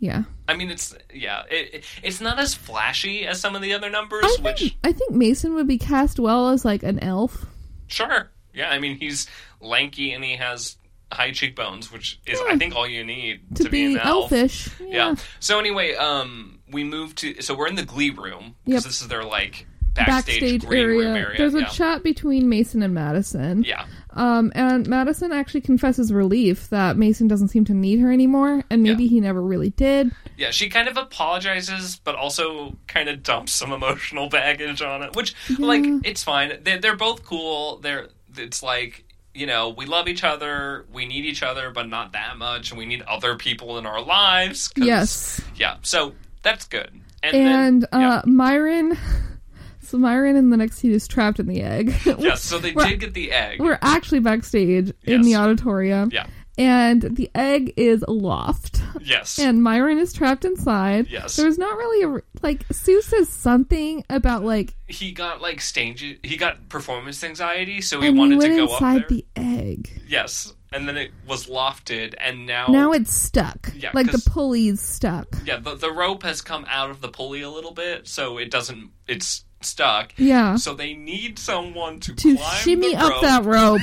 [SPEAKER 2] Yeah.
[SPEAKER 1] I mean, it's yeah, it, it- it's not as flashy as some of the other numbers,
[SPEAKER 2] I
[SPEAKER 1] which
[SPEAKER 2] think, I think Mason would be cast well as like an elf.
[SPEAKER 1] sure, yeah. I mean, he's lanky and he has high cheekbones, which is I
[SPEAKER 2] Yeah.
[SPEAKER 1] think all you need
[SPEAKER 2] To,
[SPEAKER 1] to,
[SPEAKER 2] be,
[SPEAKER 1] an elf.
[SPEAKER 2] elfish.
[SPEAKER 1] Yeah. So anyway, um, we move to so we're in the Glee room because
[SPEAKER 2] Yep.
[SPEAKER 1] this is their like backstage,
[SPEAKER 2] Backstage
[SPEAKER 1] green
[SPEAKER 2] area.
[SPEAKER 1] room area.
[SPEAKER 2] There's a
[SPEAKER 1] yeah.
[SPEAKER 2] chat between Mason and Madison.
[SPEAKER 1] yeah.
[SPEAKER 2] Um, and Madison actually confesses relief that Mason doesn't seem to need her anymore, and maybe he never really did.
[SPEAKER 1] Yeah, she kind of apologizes, but also kind of dumps some emotional baggage on it, which, like,
[SPEAKER 2] Yeah.
[SPEAKER 1] it's fine. They're, they're both cool. They're It's like, you know, we love each other, we need each other, but not that much, and we need other people in our lives. 'cause-
[SPEAKER 2] Yes.
[SPEAKER 1] Yeah, so that's good. And,
[SPEAKER 2] And
[SPEAKER 1] then, yeah.
[SPEAKER 2] uh, Myron, so Myron in the next scene is trapped in the egg.
[SPEAKER 1] yeah, so they
[SPEAKER 2] we're-
[SPEAKER 1] did get the egg.
[SPEAKER 2] We're actually backstage in
[SPEAKER 1] Yes.
[SPEAKER 2] the auditorium,
[SPEAKER 1] Yeah,
[SPEAKER 2] and the egg is aloft.
[SPEAKER 1] yes.
[SPEAKER 2] And Myron is trapped inside.
[SPEAKER 1] Yes.
[SPEAKER 2] There's not really a. re- Like, Sue says something about, like,
[SPEAKER 1] he got like stage he got performance anxiety so he
[SPEAKER 2] and we
[SPEAKER 1] wanted to
[SPEAKER 2] went
[SPEAKER 1] go
[SPEAKER 2] inside
[SPEAKER 1] up there
[SPEAKER 2] the egg.
[SPEAKER 1] yes and then it was lofted and now,
[SPEAKER 2] Now it's stuck.
[SPEAKER 1] Oh. Yeah,
[SPEAKER 2] like, the
[SPEAKER 1] 'cause-
[SPEAKER 2] pulley's stuck.
[SPEAKER 1] yeah the, the rope has come out of the pulley a little bit so it doesn't it's stuck.
[SPEAKER 2] Yeah.
[SPEAKER 1] So they need someone to,
[SPEAKER 2] To
[SPEAKER 1] climb
[SPEAKER 2] shimmy
[SPEAKER 1] the
[SPEAKER 2] up
[SPEAKER 1] rope
[SPEAKER 2] that rope.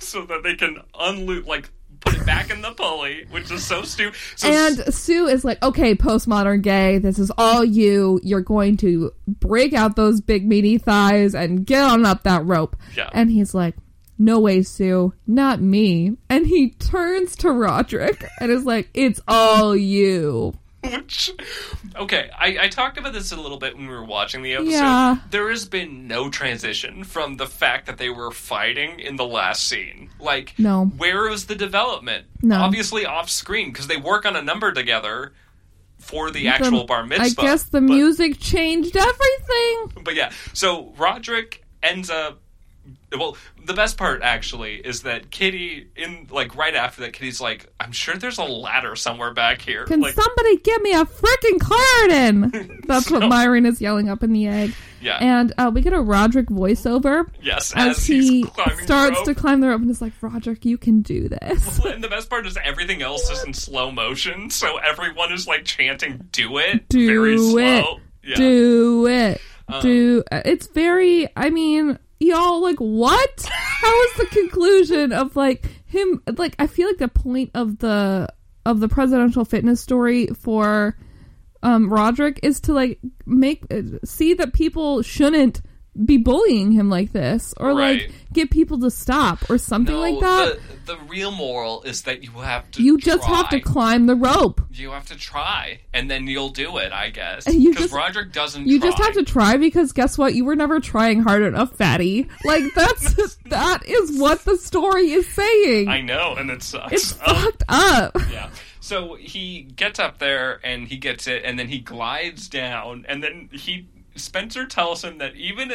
[SPEAKER 1] so that they can unloot, like put it back in the pulley, which is so stupid. So
[SPEAKER 2] And Sue is like, okay, postmodern gay, this is all you. You're going to break out those big meaty thighs and get on up that rope.
[SPEAKER 1] Yeah.
[SPEAKER 2] And he's like, no way, Sue, not me. And he turns to Roderick and is like, it's all you.
[SPEAKER 1] Which, okay, I, I talked about this a little bit when we were watching the episode.
[SPEAKER 2] Yeah.
[SPEAKER 1] There has been no transition from the fact that they were fighting in the last scene. Like,
[SPEAKER 2] No.
[SPEAKER 1] where is the development?
[SPEAKER 2] No.
[SPEAKER 1] Obviously off screen because they work on a number together for the actual
[SPEAKER 2] The-
[SPEAKER 1] bar mitzvah.
[SPEAKER 2] I guess
[SPEAKER 1] but,
[SPEAKER 2] the music changed everything.
[SPEAKER 1] But yeah, so Roderick ends up. Well, the best part actually is that Kitty, in like right after that, Kitty's like, "I'm sure there's a ladder somewhere back here."
[SPEAKER 2] Can
[SPEAKER 1] like,
[SPEAKER 2] somebody give me a freaking carton? That's what Myron is yelling up in the egg.
[SPEAKER 1] yeah,
[SPEAKER 2] And uh, we get a Roderick voiceover
[SPEAKER 1] yes,
[SPEAKER 2] as,
[SPEAKER 1] as,
[SPEAKER 2] he
[SPEAKER 1] he's climbing the
[SPEAKER 2] starts
[SPEAKER 1] rope.
[SPEAKER 2] to climb the rope and is like, Roderick, you can do this.
[SPEAKER 1] and the best part is everything else is in slow motion, so everyone is like chanting, "Do it,
[SPEAKER 2] Do
[SPEAKER 1] very
[SPEAKER 2] it.
[SPEAKER 1] slow." Yeah. Um,
[SPEAKER 2] Do it. do uh, it's very I mean, y'all like what? How was the conclusion of like him like I feel like the point of the of the presidential fitness story for um Roderick is to like make uh, see that people shouldn't be bullying him like this or
[SPEAKER 1] Right.
[SPEAKER 2] like get people to stop or something
[SPEAKER 1] No,
[SPEAKER 2] like that.
[SPEAKER 1] The, the real moral is that you have to.
[SPEAKER 2] you just have
[SPEAKER 1] try.
[SPEAKER 2] to climb the rope.
[SPEAKER 1] You have to try, and then you'll do it. I guess
[SPEAKER 2] And you
[SPEAKER 1] because
[SPEAKER 2] just-
[SPEAKER 1] Roderick doesn't.
[SPEAKER 2] You
[SPEAKER 1] try.
[SPEAKER 2] just have to try because guess what? You were never trying hard enough, fatty. Like that's that is what the story is saying.
[SPEAKER 1] I know, and it sucks.
[SPEAKER 2] it's
[SPEAKER 1] Um,
[SPEAKER 2] fucked up.
[SPEAKER 1] yeah. So he gets up there and he gets it, and then he glides down, and then he Spencer tells him that even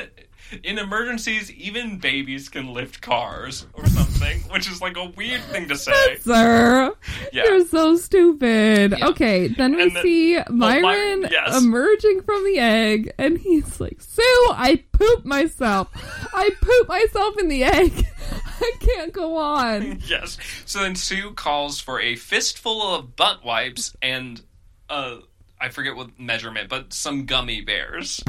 [SPEAKER 1] in emergencies, even babies can lift cars or something, which is like a weird thing to say.
[SPEAKER 2] Sir,
[SPEAKER 1] Yeah.
[SPEAKER 2] you're so stupid. Okay, then we
[SPEAKER 1] And the-
[SPEAKER 2] see
[SPEAKER 1] Myron-
[SPEAKER 2] Myron
[SPEAKER 1] yes.
[SPEAKER 2] emerging from the egg, and he's like, Sue, I pooped myself. I pooped myself in the egg. I can't go on.
[SPEAKER 1] Yes. So then Sue calls for a fistful of butt wipes and uh I forget what measurement, but some gummy bears.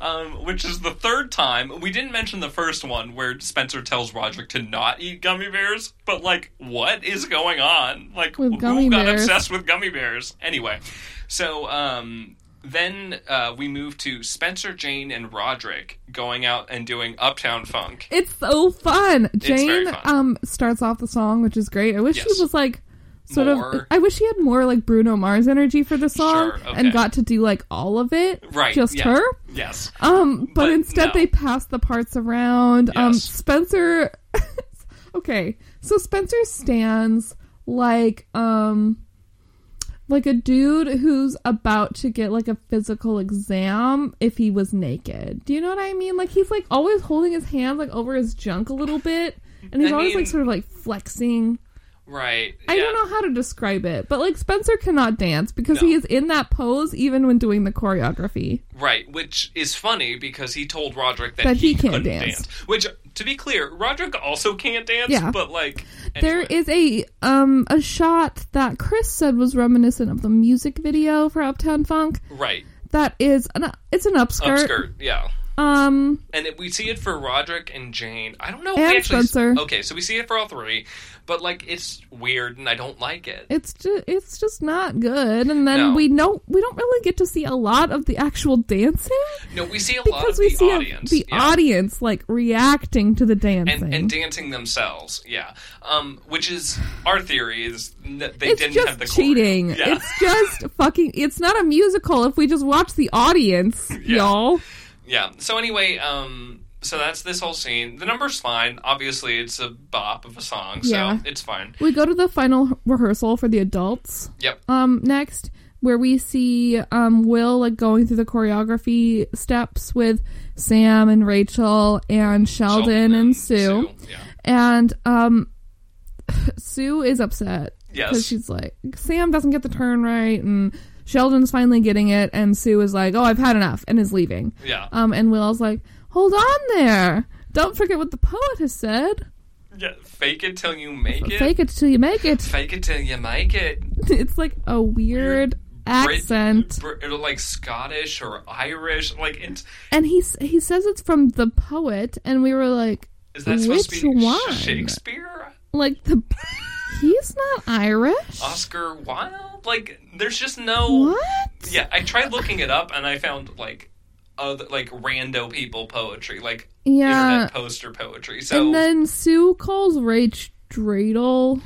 [SPEAKER 1] Um, which is the third time. We didn't mention the first one where Spencer tells Roderick to not eat gummy bears, but like, what is going on? Like,
[SPEAKER 2] With
[SPEAKER 1] who
[SPEAKER 2] gummy
[SPEAKER 1] got
[SPEAKER 2] bears.
[SPEAKER 1] obsessed with gummy bears? Anyway, so um, then uh, we move to Spencer, Jane, and Roderick going out and doing Uptown Funk.
[SPEAKER 2] It's so fun.
[SPEAKER 1] very
[SPEAKER 2] Jane
[SPEAKER 1] fun.
[SPEAKER 2] um starts off the song, which is great. I wish
[SPEAKER 1] Yes.
[SPEAKER 2] she was like sort of
[SPEAKER 1] More-
[SPEAKER 2] I wish she had more like Bruno Mars energy for the song
[SPEAKER 1] Sure, okay.
[SPEAKER 2] and got to do like all of it.
[SPEAKER 1] Right,
[SPEAKER 2] Just
[SPEAKER 1] yeah.
[SPEAKER 2] her.
[SPEAKER 1] Yes.
[SPEAKER 2] Um but,
[SPEAKER 1] But
[SPEAKER 2] instead
[SPEAKER 1] no.
[SPEAKER 2] they pass the parts around. Um
[SPEAKER 1] Yes.
[SPEAKER 2] Spencer Okay. So Spencer stands like um like a dude who's about to get like a physical exam if he was naked. Do you know what I mean? Like he's like always holding his hands like over his junk a little bit and he's
[SPEAKER 1] I
[SPEAKER 2] always
[SPEAKER 1] mean-
[SPEAKER 2] like sort of like flexing.
[SPEAKER 1] Right.
[SPEAKER 2] I
[SPEAKER 1] yeah.
[SPEAKER 2] don't know how to describe it, but like Spencer cannot dance because
[SPEAKER 1] No.
[SPEAKER 2] he is in that pose even when doing the choreography.
[SPEAKER 1] Right, which is funny because he told Roderick that,
[SPEAKER 2] That he can't
[SPEAKER 1] couldn't
[SPEAKER 2] dance.
[SPEAKER 1] Which, to be clear, Roderick also can't dance.
[SPEAKER 2] Yeah.
[SPEAKER 1] but like
[SPEAKER 2] There
[SPEAKER 1] anyway.
[SPEAKER 2] is a um a shot that Chris said was reminiscent of the music video for Uptown Funk.
[SPEAKER 1] right
[SPEAKER 2] That is an it's an upskirt.
[SPEAKER 1] upskirt, yeah.
[SPEAKER 2] Um
[SPEAKER 1] And it- we see it for Roderick and Jane. I don't know. if
[SPEAKER 2] And
[SPEAKER 1] we actually,
[SPEAKER 2] Spencer.
[SPEAKER 1] Okay, so we see it for all three, but like it's weird and I don't like it.
[SPEAKER 2] it's just it's just not good and then
[SPEAKER 1] No.
[SPEAKER 2] we don't we don't really get to see a lot of the actual dancing
[SPEAKER 1] No, we see a lot of
[SPEAKER 2] because we
[SPEAKER 1] the
[SPEAKER 2] see a-
[SPEAKER 1] audience,
[SPEAKER 2] the
[SPEAKER 1] yeah.
[SPEAKER 2] audience like reacting to the dancing
[SPEAKER 1] and, and dancing themselves, yeah. Um, which is our theory is that they
[SPEAKER 2] it's
[SPEAKER 1] didn't
[SPEAKER 2] just
[SPEAKER 1] have the choreo.
[SPEAKER 2] cheating
[SPEAKER 1] Yeah.
[SPEAKER 2] it's just fucking it's not a musical if we just watch the audience y'all
[SPEAKER 1] Yeah. So anyway, um, so that's this whole scene. The number's fine. Obviously, it's a bop of a song, so
[SPEAKER 2] Yeah.
[SPEAKER 1] it's fine.
[SPEAKER 2] we go to the final rehearsal for the adults
[SPEAKER 1] Yep.
[SPEAKER 2] um next where we see um will like going through the choreography steps with sam and rachel and sheldon, and sue.
[SPEAKER 1] Yeah.
[SPEAKER 2] and um sue is upset because
[SPEAKER 1] Yes.
[SPEAKER 2] she's like sam doesn't get the turn right and sheldon's finally getting it and sue is like oh i've had enough and is leaving
[SPEAKER 1] Yeah.
[SPEAKER 2] um and will's like hold on there don't forget what the poet has said
[SPEAKER 1] yeah. Fake it till you make it.
[SPEAKER 2] fake it till you make it
[SPEAKER 1] Fake it till you make it.
[SPEAKER 2] it's like a weird
[SPEAKER 1] Brit-
[SPEAKER 2] accent.
[SPEAKER 1] Br- like Scottish or Irish. Like it's
[SPEAKER 2] and he s- he says it's from the poet, and we were like,
[SPEAKER 1] is that supposed to
[SPEAKER 2] Which
[SPEAKER 1] be Sh-
[SPEAKER 2] one?
[SPEAKER 1] Shakespeare?
[SPEAKER 2] like the he's not Irish.
[SPEAKER 1] Oscar Wilde? Like there's just no
[SPEAKER 2] What?
[SPEAKER 1] Yeah, I tried looking it up and I found like other like rando people poetry, like
[SPEAKER 2] Yeah.
[SPEAKER 1] internet poster poetry. So
[SPEAKER 2] And then Sue calls Rach dreidel.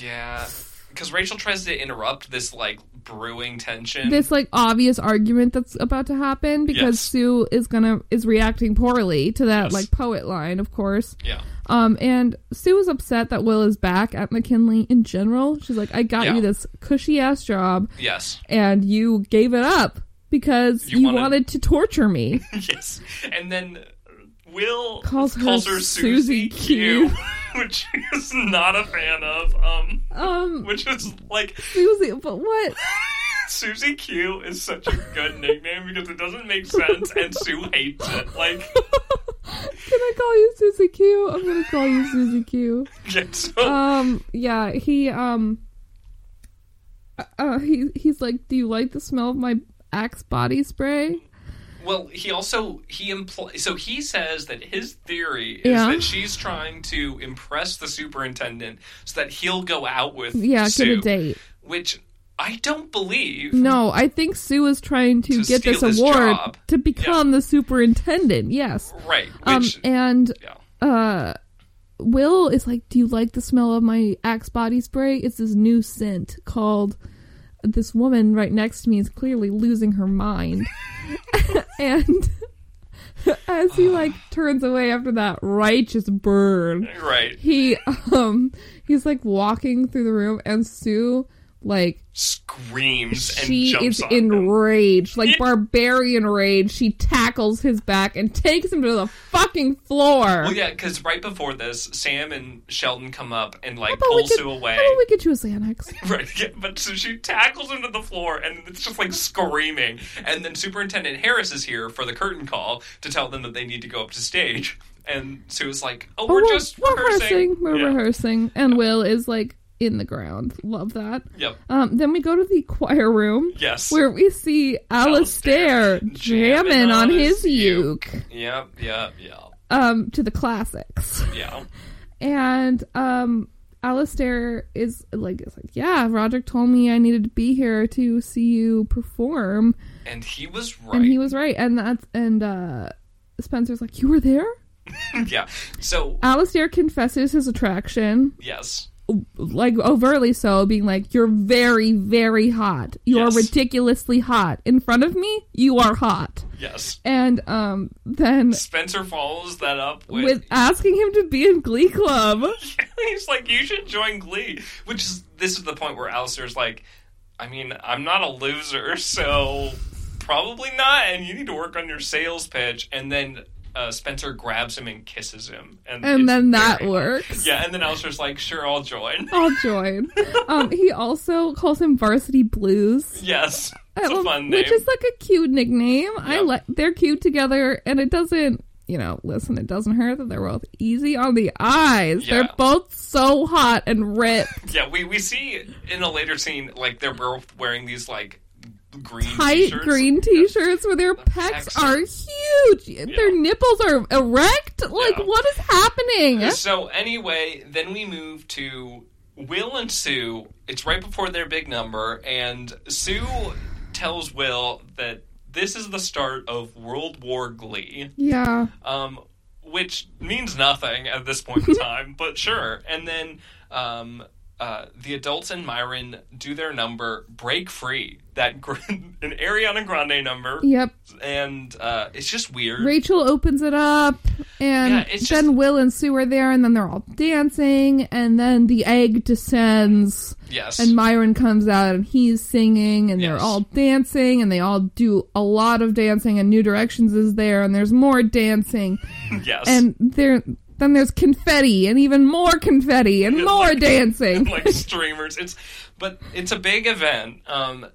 [SPEAKER 1] yeah, because Rachel tries to interrupt this like brewing tension.
[SPEAKER 2] This like obvious argument that's about to happen because
[SPEAKER 1] Yes.
[SPEAKER 2] Sue is gonna is reacting poorly to that
[SPEAKER 1] Yes.
[SPEAKER 2] like poet line, of course.
[SPEAKER 1] yeah,
[SPEAKER 2] Um, and Sue is upset that Will is back at McKinley in general. She's like, I got
[SPEAKER 1] Yeah.
[SPEAKER 2] you this cushy ass job,
[SPEAKER 1] yes,
[SPEAKER 2] and you gave it up because
[SPEAKER 1] You
[SPEAKER 2] you,
[SPEAKER 1] wanted-
[SPEAKER 2] wanted to torture me.
[SPEAKER 1] yes, and then Will
[SPEAKER 2] Calls her
[SPEAKER 1] Susie
[SPEAKER 2] Susie
[SPEAKER 1] Q,
[SPEAKER 2] Q.
[SPEAKER 1] which is not a fan of. Um,
[SPEAKER 2] um,
[SPEAKER 1] which is like
[SPEAKER 2] Susie, but what?
[SPEAKER 1] Susie Q is such a good nickname because it doesn't make sense, and Sue hates it. Like,
[SPEAKER 2] Can I call you Susie Q? I'm gonna call you Susie Q.
[SPEAKER 1] yeah, so
[SPEAKER 2] um yeah he um uh he he's like do you like the smell of my axe body spray
[SPEAKER 1] Well, he also he impl- so he says that his theory is
[SPEAKER 2] Yeah.
[SPEAKER 1] that she's trying to impress the superintendent so that he'll go out with
[SPEAKER 2] yeah
[SPEAKER 1] Sue,
[SPEAKER 2] get a date Mm.
[SPEAKER 1] which I don't believe.
[SPEAKER 2] no i think sue is trying
[SPEAKER 1] To
[SPEAKER 2] to, get
[SPEAKER 1] steal
[SPEAKER 2] this
[SPEAKER 1] his
[SPEAKER 2] award
[SPEAKER 1] job.
[SPEAKER 2] to become the superintendent yes
[SPEAKER 1] Right,
[SPEAKER 2] um
[SPEAKER 1] which
[SPEAKER 2] and
[SPEAKER 1] yeah.
[SPEAKER 2] uh will is like do you like the smell of my axe body spray it's this new scent called this woman right next to me is clearly losing her mind and as he like turns away after that righteous burn
[SPEAKER 1] right
[SPEAKER 2] he um he's like walking through the room and sue like
[SPEAKER 1] screams and
[SPEAKER 2] she
[SPEAKER 1] jumps
[SPEAKER 2] is
[SPEAKER 1] on him.
[SPEAKER 2] enraged like
[SPEAKER 1] Yeah.
[SPEAKER 2] barbarian rage she tackles his back and takes him to the fucking floor
[SPEAKER 1] Well, yeah, because right before this, Sam and Sheldon come up and like
[SPEAKER 2] But
[SPEAKER 1] pull
[SPEAKER 2] we could-
[SPEAKER 1] Sue
[SPEAKER 2] How
[SPEAKER 1] away.
[SPEAKER 2] about we get you a Xanax?
[SPEAKER 1] Right, yeah, but so she tackles him to the floor, and it's just like screaming. And then Superintendent Harris is here for the curtain call to tell them that they need to go up to stage. And Sue is like, "Oh, we're,
[SPEAKER 2] we're-
[SPEAKER 1] just
[SPEAKER 2] we're
[SPEAKER 1] rehearsing."
[SPEAKER 2] We're
[SPEAKER 1] Yeah.
[SPEAKER 2] rehearsing. And Will is like in the ground. Love that.
[SPEAKER 1] Yep.
[SPEAKER 2] Um, then we go to the choir room
[SPEAKER 1] Yes.
[SPEAKER 2] where we see Alistair,
[SPEAKER 1] jamming
[SPEAKER 2] jamming,
[SPEAKER 1] on
[SPEAKER 2] on his
[SPEAKER 1] his
[SPEAKER 2] uke
[SPEAKER 1] Yep. Yep. Yep.
[SPEAKER 2] um, to the classics.
[SPEAKER 1] Yeah.
[SPEAKER 2] And um, Alistair is like, is like, yeah, Roderick told me I needed to be here to see you perform.
[SPEAKER 1] And he was right.
[SPEAKER 2] And he was right. And that's, and uh, Spencer's like, you were there?
[SPEAKER 1] yeah. So
[SPEAKER 2] Alistair confesses his attraction.
[SPEAKER 1] yes.
[SPEAKER 2] like overtly so, being like, "You're very, very hot. You
[SPEAKER 1] Yes.
[SPEAKER 2] are ridiculously hot in front of me. You are hot."
[SPEAKER 1] Yes.
[SPEAKER 2] And um, then
[SPEAKER 1] Spencer follows that up with.
[SPEAKER 2] with asking him to be in Glee Club,
[SPEAKER 1] He's like, you should join Glee. Which is this is the point where Alistair's like, I mean, I'm not a loser, so probably not. And you need to work on your sales pitch. And then uh, Spencer grabs him and kisses him, and,
[SPEAKER 2] and
[SPEAKER 1] it's
[SPEAKER 2] then that
[SPEAKER 1] very-
[SPEAKER 2] works.
[SPEAKER 1] Yeah, and then Alistair's like, sure, I'll join.
[SPEAKER 2] I'll join. um, he also calls him Varsity Blues,
[SPEAKER 1] yes,
[SPEAKER 2] I
[SPEAKER 1] it's a
[SPEAKER 2] love-
[SPEAKER 1] fun name.
[SPEAKER 2] which is like a cute nickname. I
[SPEAKER 1] Yeah.
[SPEAKER 2] like they're cute together, and it doesn't. You know, listen, it doesn't hurt that they're both easy on the eyes.
[SPEAKER 1] Yeah.
[SPEAKER 2] They're both so hot and ripped.
[SPEAKER 1] yeah, we we see in a later scene like they're both wearing these like green
[SPEAKER 2] tight
[SPEAKER 1] t-shirts.
[SPEAKER 2] green t-shirts where their pecs
[SPEAKER 1] pecs
[SPEAKER 2] are huge. Their nipples are erect. Like
[SPEAKER 1] Yeah.
[SPEAKER 2] what is happening?
[SPEAKER 1] So anyway, then we move to Will and Sue. It's right before their big number, and Sue tells Will that this is the start of World War Glee,
[SPEAKER 2] Yeah.
[SPEAKER 1] um, which means nothing at this point in time, but sure. And then um, uh, the adults and Myron do their number, break free. That gr- an Ariana Grande number,
[SPEAKER 2] Yep.
[SPEAKER 1] and uh, it's just weird.
[SPEAKER 2] Rachel opens it up and
[SPEAKER 1] Yeah, it's
[SPEAKER 2] then
[SPEAKER 1] just-
[SPEAKER 2] Will and Sue are there and then they're all dancing and then the egg descends
[SPEAKER 1] yes,
[SPEAKER 2] and Myron comes out and he's singing and they're
[SPEAKER 1] Yes.
[SPEAKER 2] all dancing and they all do a lot of dancing and New Directions is there and there's more dancing
[SPEAKER 1] yes,
[SPEAKER 2] and there then there's confetti and even more confetti and more dancing.
[SPEAKER 1] like streamers. It's but it's a big event. Um,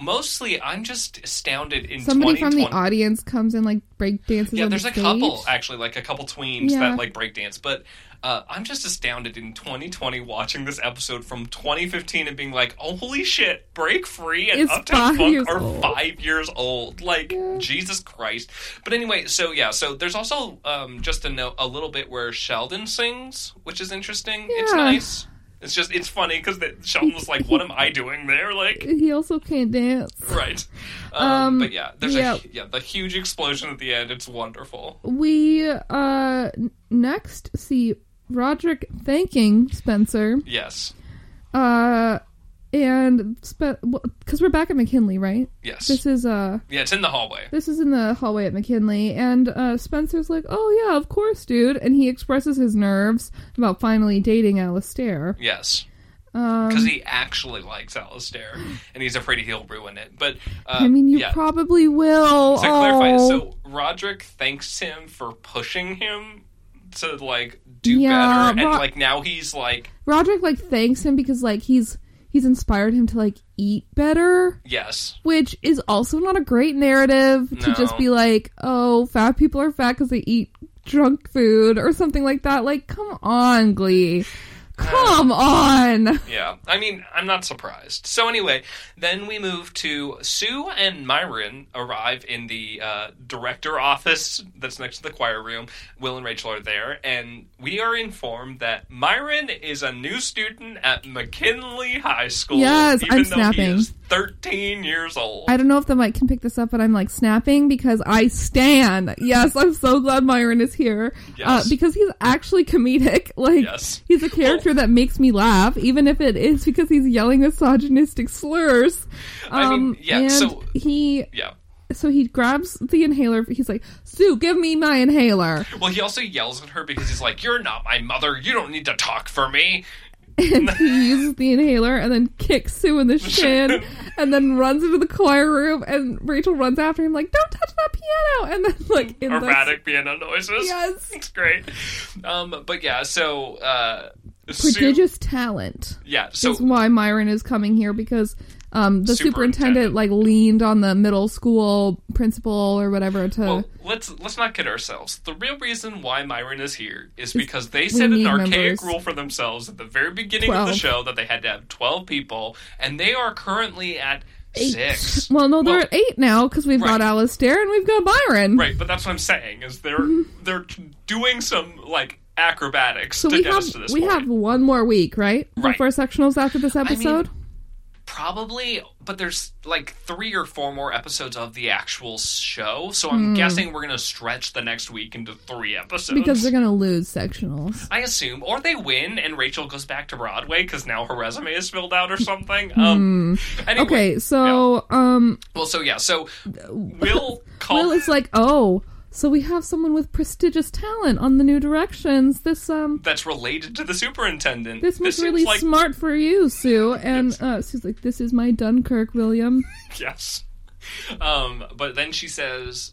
[SPEAKER 1] mostly I'm just astounded in
[SPEAKER 3] Somebody from the
[SPEAKER 1] 2020
[SPEAKER 3] audience comes and like break dances.
[SPEAKER 1] yeah,
[SPEAKER 3] on
[SPEAKER 1] there's
[SPEAKER 3] the
[SPEAKER 1] a couple
[SPEAKER 3] stage.
[SPEAKER 1] actually, like a couple tweens
[SPEAKER 3] Yeah.
[SPEAKER 1] that like breakdance, but uh, I'm just astounded in 2020 watching this episode from 2015 and being like, oh, holy shit, Break Free and
[SPEAKER 2] It's
[SPEAKER 1] Uptown
[SPEAKER 2] five years
[SPEAKER 1] Funk are
[SPEAKER 2] old.
[SPEAKER 1] five years old. Like Jesus Christ. But anyway, so yeah, so there's also um, just a note, a little bit where Sheldon sings, which is interesting. It's
[SPEAKER 3] Yeah.
[SPEAKER 1] nice. It's just it's funny because Sheldon was like, "What am I doing there?" Like,
[SPEAKER 2] He also can't dance.
[SPEAKER 1] right? Um,
[SPEAKER 2] Um,
[SPEAKER 1] but yeah, there's
[SPEAKER 2] yeah.
[SPEAKER 1] a hu- yeah the huge explosion at the end. It's wonderful.
[SPEAKER 2] We uh n- next see Roderick thanking Spencer.
[SPEAKER 1] Yes,
[SPEAKER 2] Uh and spe- cuz we're back at McKinley, right?
[SPEAKER 1] yes.
[SPEAKER 2] This is uh
[SPEAKER 1] Yeah, it's in the hallway.
[SPEAKER 2] this is in the hallway at McKinley and uh Spencer's like, "Oh yeah, of course, dude." And he expresses his nerves about finally dating Alistair.
[SPEAKER 1] Yes.
[SPEAKER 2] Um
[SPEAKER 1] Because he actually likes Alistair, and he's afraid he'll ruin it. But uh,
[SPEAKER 2] I mean, you
[SPEAKER 1] yeah.
[SPEAKER 2] probably will.
[SPEAKER 1] to clarify,
[SPEAKER 2] Oh.
[SPEAKER 1] so Roderick thanks him for pushing him to like do
[SPEAKER 2] Yeah,
[SPEAKER 1] better, and
[SPEAKER 2] Ro-
[SPEAKER 1] like now he's like
[SPEAKER 2] Roderick like thanks him because like he's he's inspired him to like eat better,
[SPEAKER 1] yes,
[SPEAKER 2] which is also not a great narrative to
[SPEAKER 1] No.
[SPEAKER 2] just be like, oh, fat people are fat because they eat drunk food or something like that. Like, come on, Glee, come on.
[SPEAKER 1] yeah. I mean, I'm not surprised. So anyway, then we move to Sue and Myron arrive in the uh, director office that's next to the choir room. Will and Rachel are there, and we are informed that Myron is a new student at McKinley High School.
[SPEAKER 2] Yes,
[SPEAKER 1] even
[SPEAKER 2] I'm
[SPEAKER 1] though he
[SPEAKER 2] snapping.
[SPEAKER 1] is 13 years old.
[SPEAKER 2] I don't know if the mic can pick this up, but I'm like snapping because I stand. Yes, I'm so glad Myron is here uh,
[SPEAKER 1] Yes.
[SPEAKER 2] because he's actually comedic. Like,
[SPEAKER 1] Yes.
[SPEAKER 2] he's a character that makes me laugh, even if it is because he's yelling misogynistic slurs. Um,
[SPEAKER 1] I mean, yeah,
[SPEAKER 2] and
[SPEAKER 1] so-
[SPEAKER 2] he
[SPEAKER 1] yeah.
[SPEAKER 2] so he grabs the inhaler. He's like, "Sue, give me my inhaler."
[SPEAKER 1] Well, he also yells at her because he's like, "You're not my mother. You don't need to talk for me."
[SPEAKER 2] and he uses the inhaler and then kicks Sue in the shin and then runs into the choir room and Rachel runs after him like don't touch that piano and then like in
[SPEAKER 1] Erratic piano noises.
[SPEAKER 2] Yes.
[SPEAKER 1] it's great. Um, but yeah, so uh,
[SPEAKER 2] the
[SPEAKER 1] Sue-
[SPEAKER 2] prodigious talent
[SPEAKER 1] yeah, so
[SPEAKER 2] is why Myron is coming here because um, the
[SPEAKER 1] Superintendent.
[SPEAKER 2] superintendent, like leaned on the middle school principal or whatever to
[SPEAKER 1] well, let's let's not kid ourselves. The real reason why Myron is here is because they
[SPEAKER 2] we
[SPEAKER 1] set an
[SPEAKER 2] need
[SPEAKER 1] archaic
[SPEAKER 2] members.
[SPEAKER 1] rule for themselves at the very beginning of the
[SPEAKER 2] 12.
[SPEAKER 1] show that they had to have twelve people, and they are currently at six.
[SPEAKER 2] well no they're
[SPEAKER 1] Well-
[SPEAKER 2] at eight now because we've
[SPEAKER 1] Right.
[SPEAKER 2] got Alistair and we've got Byron
[SPEAKER 1] Right, but that's what I'm saying is they're they're t- doing some like acrobatics
[SPEAKER 2] Mm-hmm. so
[SPEAKER 1] to
[SPEAKER 2] we
[SPEAKER 1] get
[SPEAKER 2] have
[SPEAKER 1] us to this
[SPEAKER 2] we
[SPEAKER 1] point.
[SPEAKER 2] have one more week right
[SPEAKER 1] Right.
[SPEAKER 2] before sectionals after this
[SPEAKER 1] mean,
[SPEAKER 2] episode
[SPEAKER 1] Probably, but there's like three or four more episodes of the actual show, so
[SPEAKER 2] Hmm.
[SPEAKER 1] I'm guessing we're gonna stretch the next week into three episodes.
[SPEAKER 2] because they're gonna lose sectionals.
[SPEAKER 1] I assume, or they win and Rachel goes back to Broadway because now her resume is filled out or something. Um, anyway,
[SPEAKER 2] Hmm. Okay, so um
[SPEAKER 1] Well, so yeah, so Will call.
[SPEAKER 2] Will is like, "Oh, so we have someone with prestigious talent on the new directions. This um
[SPEAKER 1] that's related to the superintendent.
[SPEAKER 2] this was
[SPEAKER 1] seems
[SPEAKER 2] really
[SPEAKER 1] like,
[SPEAKER 2] smart for you, Sue." And uh Sue's like, "This is my Dunkirk, William."
[SPEAKER 1] Yes. Um, but then she says,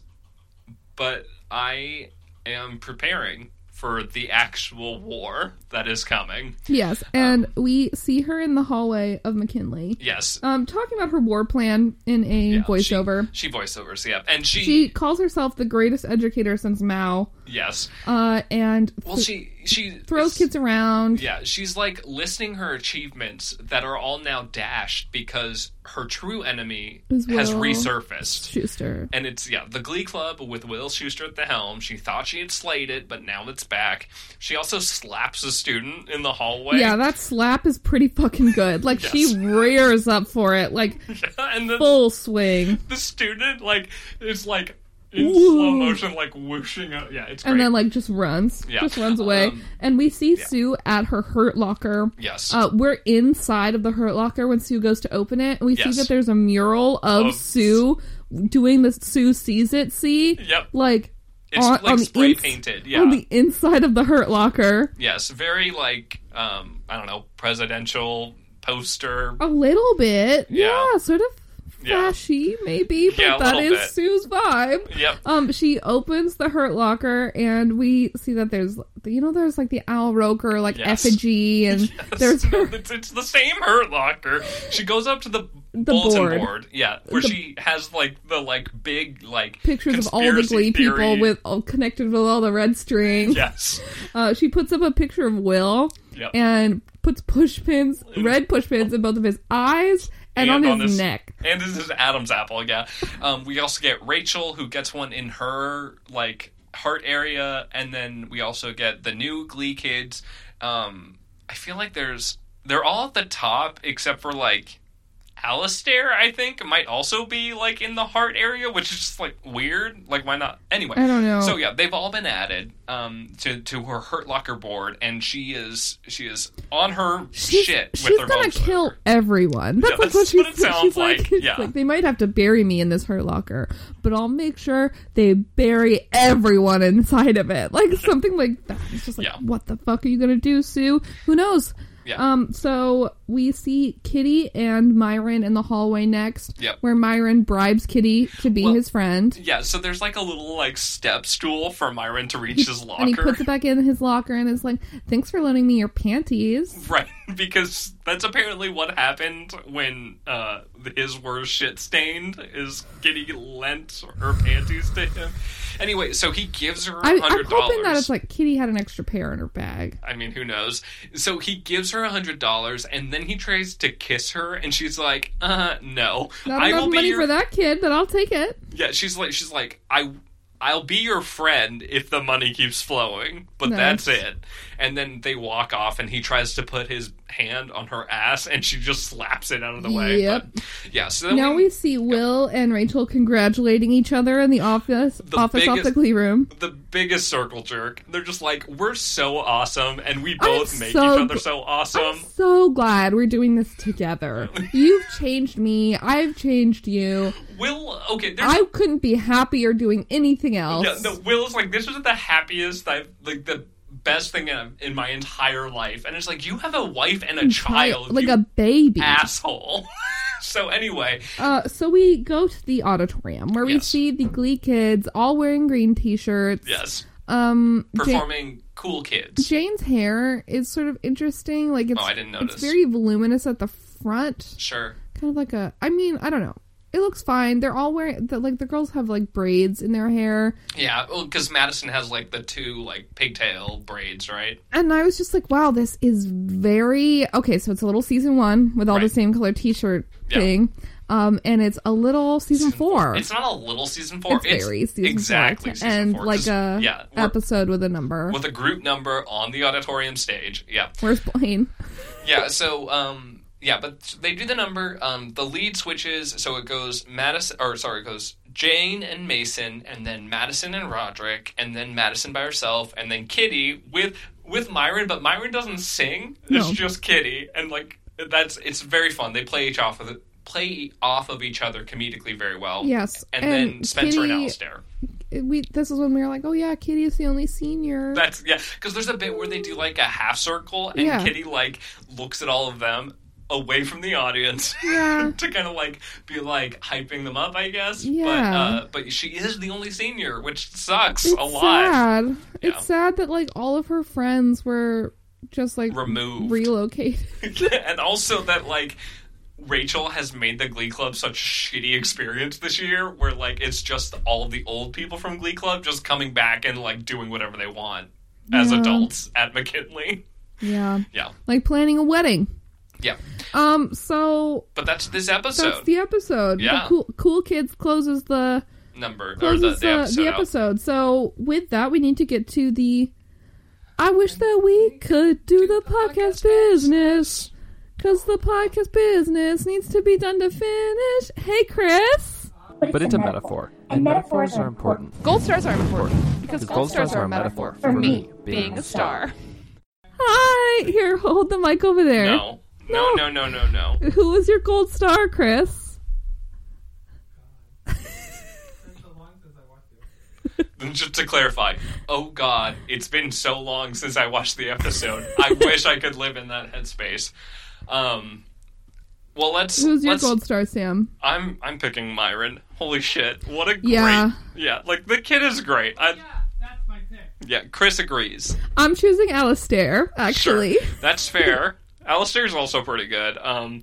[SPEAKER 1] "But I am preparing." For the actual war that is coming.
[SPEAKER 2] Yes, and we see her in the hallway of McKinley.
[SPEAKER 1] Yes.
[SPEAKER 2] Um talking about her war plan in a
[SPEAKER 1] Yeah,
[SPEAKER 2] voiceover.
[SPEAKER 1] She, she voiceovers, yeah. And she,
[SPEAKER 2] She calls herself the greatest educator since Mao,
[SPEAKER 1] yes.
[SPEAKER 2] uh, and
[SPEAKER 1] Well, she she
[SPEAKER 2] throws kids around.
[SPEAKER 1] Yeah, she's like listing her achievements that are all now dashed because her true enemy
[SPEAKER 2] Is
[SPEAKER 1] has
[SPEAKER 2] Will.
[SPEAKER 1] resurfaced.
[SPEAKER 2] Schuster.
[SPEAKER 1] And it's yeah, the Glee Club with Will Schuster at the helm. She thought she had slayed it, but now it's back. She also slaps a student in the hallway.
[SPEAKER 2] Yeah, that slap is pretty fucking good. Like
[SPEAKER 1] Yes.
[SPEAKER 2] she rears up for it, like
[SPEAKER 1] and then
[SPEAKER 2] full swing,
[SPEAKER 1] the student like is like in
[SPEAKER 2] Woo.
[SPEAKER 1] slow motion, like whooshing. Up. Yeah, it's great.
[SPEAKER 2] and then like just runs,
[SPEAKER 1] Yeah.
[SPEAKER 2] just runs away.
[SPEAKER 1] Um,
[SPEAKER 2] and we see Sue at her Hurt Locker.
[SPEAKER 1] yes,
[SPEAKER 2] Uh, we're inside of the Hurt Locker when Sue goes to open it, and we
[SPEAKER 1] Yes.
[SPEAKER 2] see that there's a mural of
[SPEAKER 1] Of-
[SPEAKER 2] Sue doing the Sue sees it. See,
[SPEAKER 1] Yep.
[SPEAKER 2] like
[SPEAKER 1] it's
[SPEAKER 2] on,
[SPEAKER 1] like
[SPEAKER 2] on the
[SPEAKER 1] spray
[SPEAKER 2] ins-
[SPEAKER 1] painted. Yeah,
[SPEAKER 2] on the inside of the Hurt Locker.
[SPEAKER 1] yes, very like um I don't know presidential poster
[SPEAKER 2] Oh. A little bit,
[SPEAKER 1] Yeah.
[SPEAKER 2] yeah, sort of
[SPEAKER 1] Yeah.
[SPEAKER 4] Flashy, maybe, but
[SPEAKER 1] Yeah, a
[SPEAKER 2] That
[SPEAKER 1] little
[SPEAKER 2] is
[SPEAKER 1] bit.
[SPEAKER 2] Sue's vibe.
[SPEAKER 1] Yep.
[SPEAKER 2] Um, she opens the Hurt Locker, and we see that there's, you know, there's like the Al Roker like
[SPEAKER 1] Yes.
[SPEAKER 2] effigy, and there's her.
[SPEAKER 1] it's, it's the same Hurt Locker. She goes up to the,
[SPEAKER 2] The
[SPEAKER 1] bulletin
[SPEAKER 2] board.
[SPEAKER 1] board. yeah, where
[SPEAKER 2] The-
[SPEAKER 1] she has like the like big like
[SPEAKER 2] Pictures of all the
[SPEAKER 1] conspiracy
[SPEAKER 2] Glee people
[SPEAKER 1] theory.
[SPEAKER 2] with all connected with all the red string.
[SPEAKER 1] yes,
[SPEAKER 2] Uh, she puts up a picture of Will
[SPEAKER 1] Yep.
[SPEAKER 2] and puts push pins, red push pins, in both of his eyes and, on, his, neck.
[SPEAKER 1] And this is Adam's apple, yeah. Um, we also get Rachel, who gets one in her like heart area, and then we also get the new Glee kids. Um, I feel like there's they're all at the top except for like Alistair, I think, might also be like in the heart area, which is just like weird. Like, why not? Anyway,
[SPEAKER 2] I don't know.
[SPEAKER 1] So yeah, they've all been added um, to to her Hurt Locker board, and she is she is on her
[SPEAKER 2] She's,
[SPEAKER 1] shit. With
[SPEAKER 2] she's
[SPEAKER 1] her
[SPEAKER 2] gonna
[SPEAKER 1] hopes up.
[SPEAKER 2] kill everyone. That's,
[SPEAKER 1] Yeah,
[SPEAKER 2] like
[SPEAKER 1] that's
[SPEAKER 2] what, she,
[SPEAKER 1] what it
[SPEAKER 2] said. she's
[SPEAKER 1] sounds like,
[SPEAKER 2] it's
[SPEAKER 1] yeah.
[SPEAKER 2] like, they might have to bury me in this hurt locker, but I'll make sure they bury everyone inside of it. Like something like that. It's just like,
[SPEAKER 1] Mm-hmm. Yeah.
[SPEAKER 2] what the fuck are you gonna do, Sue? Who knows?
[SPEAKER 1] Yeah.
[SPEAKER 2] Um. So we see Kitty and Myron in the hallway next,
[SPEAKER 1] Yep.
[SPEAKER 2] where Myron bribes Kitty to be
[SPEAKER 1] Well,
[SPEAKER 2] his friend.
[SPEAKER 1] Yeah, so there's like a little like step stool for Myron to reach his
[SPEAKER 2] And he
[SPEAKER 1] locker.
[SPEAKER 2] puts it back in his locker and is like, "Thanks for loaning me your panties."
[SPEAKER 1] right, because that's apparently what happened when uh his were shit stained is Kitty lent her panties to him. Anyway, so he gives her
[SPEAKER 2] I,
[SPEAKER 1] a
[SPEAKER 2] I'm
[SPEAKER 1] hundred
[SPEAKER 2] hoping that it's
[SPEAKER 1] dollars.
[SPEAKER 2] like Kitty had an extra pair in her bag.
[SPEAKER 1] I mean, who knows? So he gives her a hundred dollars, and then he tries to kiss her, and she's like, "Uh, no,
[SPEAKER 2] Not
[SPEAKER 1] I
[SPEAKER 2] enough
[SPEAKER 1] will be
[SPEAKER 2] money
[SPEAKER 1] your
[SPEAKER 2] for that kid, but I'll take it.
[SPEAKER 1] Yeah, she's like she's like I I'll be your friend if the money keeps flowing, but
[SPEAKER 2] Nice.
[SPEAKER 1] that's it. And then they walk off and he tries to put his hand on her ass and she just slaps it out of the way.
[SPEAKER 2] Yep.
[SPEAKER 1] But, yeah, so then
[SPEAKER 2] now
[SPEAKER 1] we,
[SPEAKER 2] we see Will and Rachel congratulating each other in the office
[SPEAKER 1] The
[SPEAKER 2] office off the
[SPEAKER 1] biggest-
[SPEAKER 2] Glee room.
[SPEAKER 1] the biggest circle jerk. They're just like, We're so awesome and we
[SPEAKER 2] I'm
[SPEAKER 1] both make
[SPEAKER 2] so
[SPEAKER 1] each other
[SPEAKER 2] gl-
[SPEAKER 1] so
[SPEAKER 2] I'm
[SPEAKER 1] awesome.
[SPEAKER 2] so glad we're doing this together. You've changed me. I've changed you.
[SPEAKER 1] Will okay, there's
[SPEAKER 2] I couldn't be happier doing anything else.
[SPEAKER 1] no, no, Will's like, This was the happiest I've like the best thing in, in my entire life. And it's like you have a wife and a child.
[SPEAKER 2] like
[SPEAKER 1] you
[SPEAKER 2] a baby.
[SPEAKER 1] asshole. so anyway,
[SPEAKER 2] Uh, so we go to the auditorium where we
[SPEAKER 1] Yes.
[SPEAKER 2] see the Glee kids all wearing green T-shirts.
[SPEAKER 1] yes,
[SPEAKER 2] Um, Ja-
[SPEAKER 1] performing cool kids.
[SPEAKER 2] Jane's hair is sort of interesting. Like it's
[SPEAKER 1] Oh, I didn't
[SPEAKER 2] It's
[SPEAKER 1] notice.
[SPEAKER 2] very voluminous at the front,
[SPEAKER 1] Sure.
[SPEAKER 2] kind of like a. I mean, I don't know. It looks fine. They're all wearing the, like the girls have like braids in their hair,
[SPEAKER 1] Yeah, well, because Madison has like the two like pigtail braids, right?
[SPEAKER 2] and I was just like, wow, this is very okay. So it's a little season one with all the
[SPEAKER 1] Right.
[SPEAKER 2] same color T-shirt
[SPEAKER 1] Yeah.
[SPEAKER 2] thing, um, and it's a little season four.
[SPEAKER 1] It's not a little season four.
[SPEAKER 2] It's very season four.
[SPEAKER 1] exactly season
[SPEAKER 2] and
[SPEAKER 1] four,
[SPEAKER 2] like
[SPEAKER 1] 'cause,
[SPEAKER 2] a
[SPEAKER 1] yeah we're-
[SPEAKER 2] episode with a number.
[SPEAKER 1] with a group number on the auditorium stage. Yeah,
[SPEAKER 2] Where's Blaine?
[SPEAKER 1] yeah. So um, yeah, but they do the number. Um, the lead switches, so it goes Madison, or sorry, it goes Jane and Mason, and then Madison and Roderick, and then Madison by herself, and then Kitty with with Myron, but Myron doesn't sing.
[SPEAKER 2] No.
[SPEAKER 1] It's just Kitty, and like that's it's very fun. They play each off of the, play off of each other comedically very well.
[SPEAKER 2] Yes,
[SPEAKER 1] and,
[SPEAKER 2] and
[SPEAKER 1] then Spencer and
[SPEAKER 2] Kitty-
[SPEAKER 1] Alistair.
[SPEAKER 2] We this is when we were like, oh yeah, Kitty is the only senior.
[SPEAKER 1] That's yeah, because there's a bit where they do like a half circle, and
[SPEAKER 2] Yeah.
[SPEAKER 1] Kitty like looks at all of them away from the audience
[SPEAKER 2] Yeah.
[SPEAKER 1] to kind of like be like hyping them up, I guess.
[SPEAKER 2] Yeah.
[SPEAKER 1] But uh, but she is the only senior, which sucks
[SPEAKER 2] it's
[SPEAKER 1] a lot.
[SPEAKER 2] Sad.
[SPEAKER 1] Yeah.
[SPEAKER 2] It's sad that like all of her friends were just like
[SPEAKER 1] Removed,
[SPEAKER 2] relocated.
[SPEAKER 1] and also that like. Rachel has made the Glee Club such a shitty experience this year where like it's just all of the old people from Glee Club just coming back and like doing whatever they want as
[SPEAKER 2] Yeah.
[SPEAKER 1] adults at McKinley.
[SPEAKER 2] yeah,
[SPEAKER 1] Yeah.
[SPEAKER 2] like planning a wedding.
[SPEAKER 1] Yeah.
[SPEAKER 2] Um, so
[SPEAKER 1] But that's this
[SPEAKER 2] that's
[SPEAKER 1] episode.
[SPEAKER 2] the episode.
[SPEAKER 1] Yeah.
[SPEAKER 2] The cool, cool kids closes the
[SPEAKER 1] number or the,
[SPEAKER 2] closes
[SPEAKER 1] the episode.
[SPEAKER 2] uh, the
[SPEAKER 1] out.
[SPEAKER 2] episode. So with that, we need to get to the. I wish that we could do the podcast business. Cause the podcast business needs to be done to finish. Hey, Chris.
[SPEAKER 5] But it's a metaphor, and metaphors are important.
[SPEAKER 6] Gold stars are important because
[SPEAKER 5] Because gold stars are a metaphor for me being a star.
[SPEAKER 2] Hi. Here, hold the mic over there.
[SPEAKER 1] No. No, no, no, no, no.
[SPEAKER 2] Who was your gold star, Chris?
[SPEAKER 1] Just to clarify, oh God, it's been so long since I watched the episode. I wish I could live in that headspace. Um, Well, let's.
[SPEAKER 2] Who's your
[SPEAKER 1] let's-
[SPEAKER 2] gold star, Sam?
[SPEAKER 1] I'm I'm picking Myron. Holy shit! What a
[SPEAKER 2] Yeah.
[SPEAKER 1] great. Yeah, like the kid is great. I, yeah.
[SPEAKER 7] that's my pick.
[SPEAKER 1] Chris agrees.
[SPEAKER 2] I'm choosing Alistair, actually.
[SPEAKER 1] Sure, that's fair. Alistair's also pretty good. Um,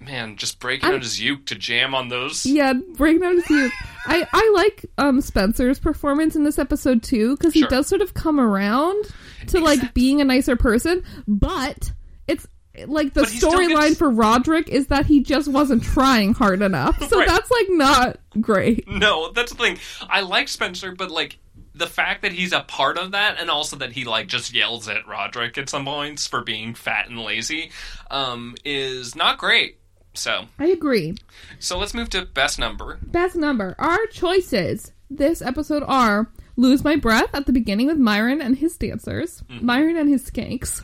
[SPEAKER 1] man, just breaking out his uke to jam on those.
[SPEAKER 2] Yeah, breaking out his youth. I, I like um, Spencer's performance in this episode too because he
[SPEAKER 1] Sure.
[SPEAKER 2] does sort of come around to like being a nicer person, but it's like the
[SPEAKER 1] But he still gets-
[SPEAKER 2] storyline for Roderick is that he just wasn't trying hard enough. So
[SPEAKER 1] Right.
[SPEAKER 2] that's like not great.
[SPEAKER 1] No, that's the thing. I like Spencer, but like the fact that he's a part of that, and also that he like just yells at Roderick at some points for being fat and lazy, um, is not great. So,
[SPEAKER 2] I agree.
[SPEAKER 1] so let's move to best number.
[SPEAKER 2] Best number. Our choices this episode are Lose My Breath at the beginning with Myron and his dancers,
[SPEAKER 1] Mm.
[SPEAKER 2] Myron and his skanks.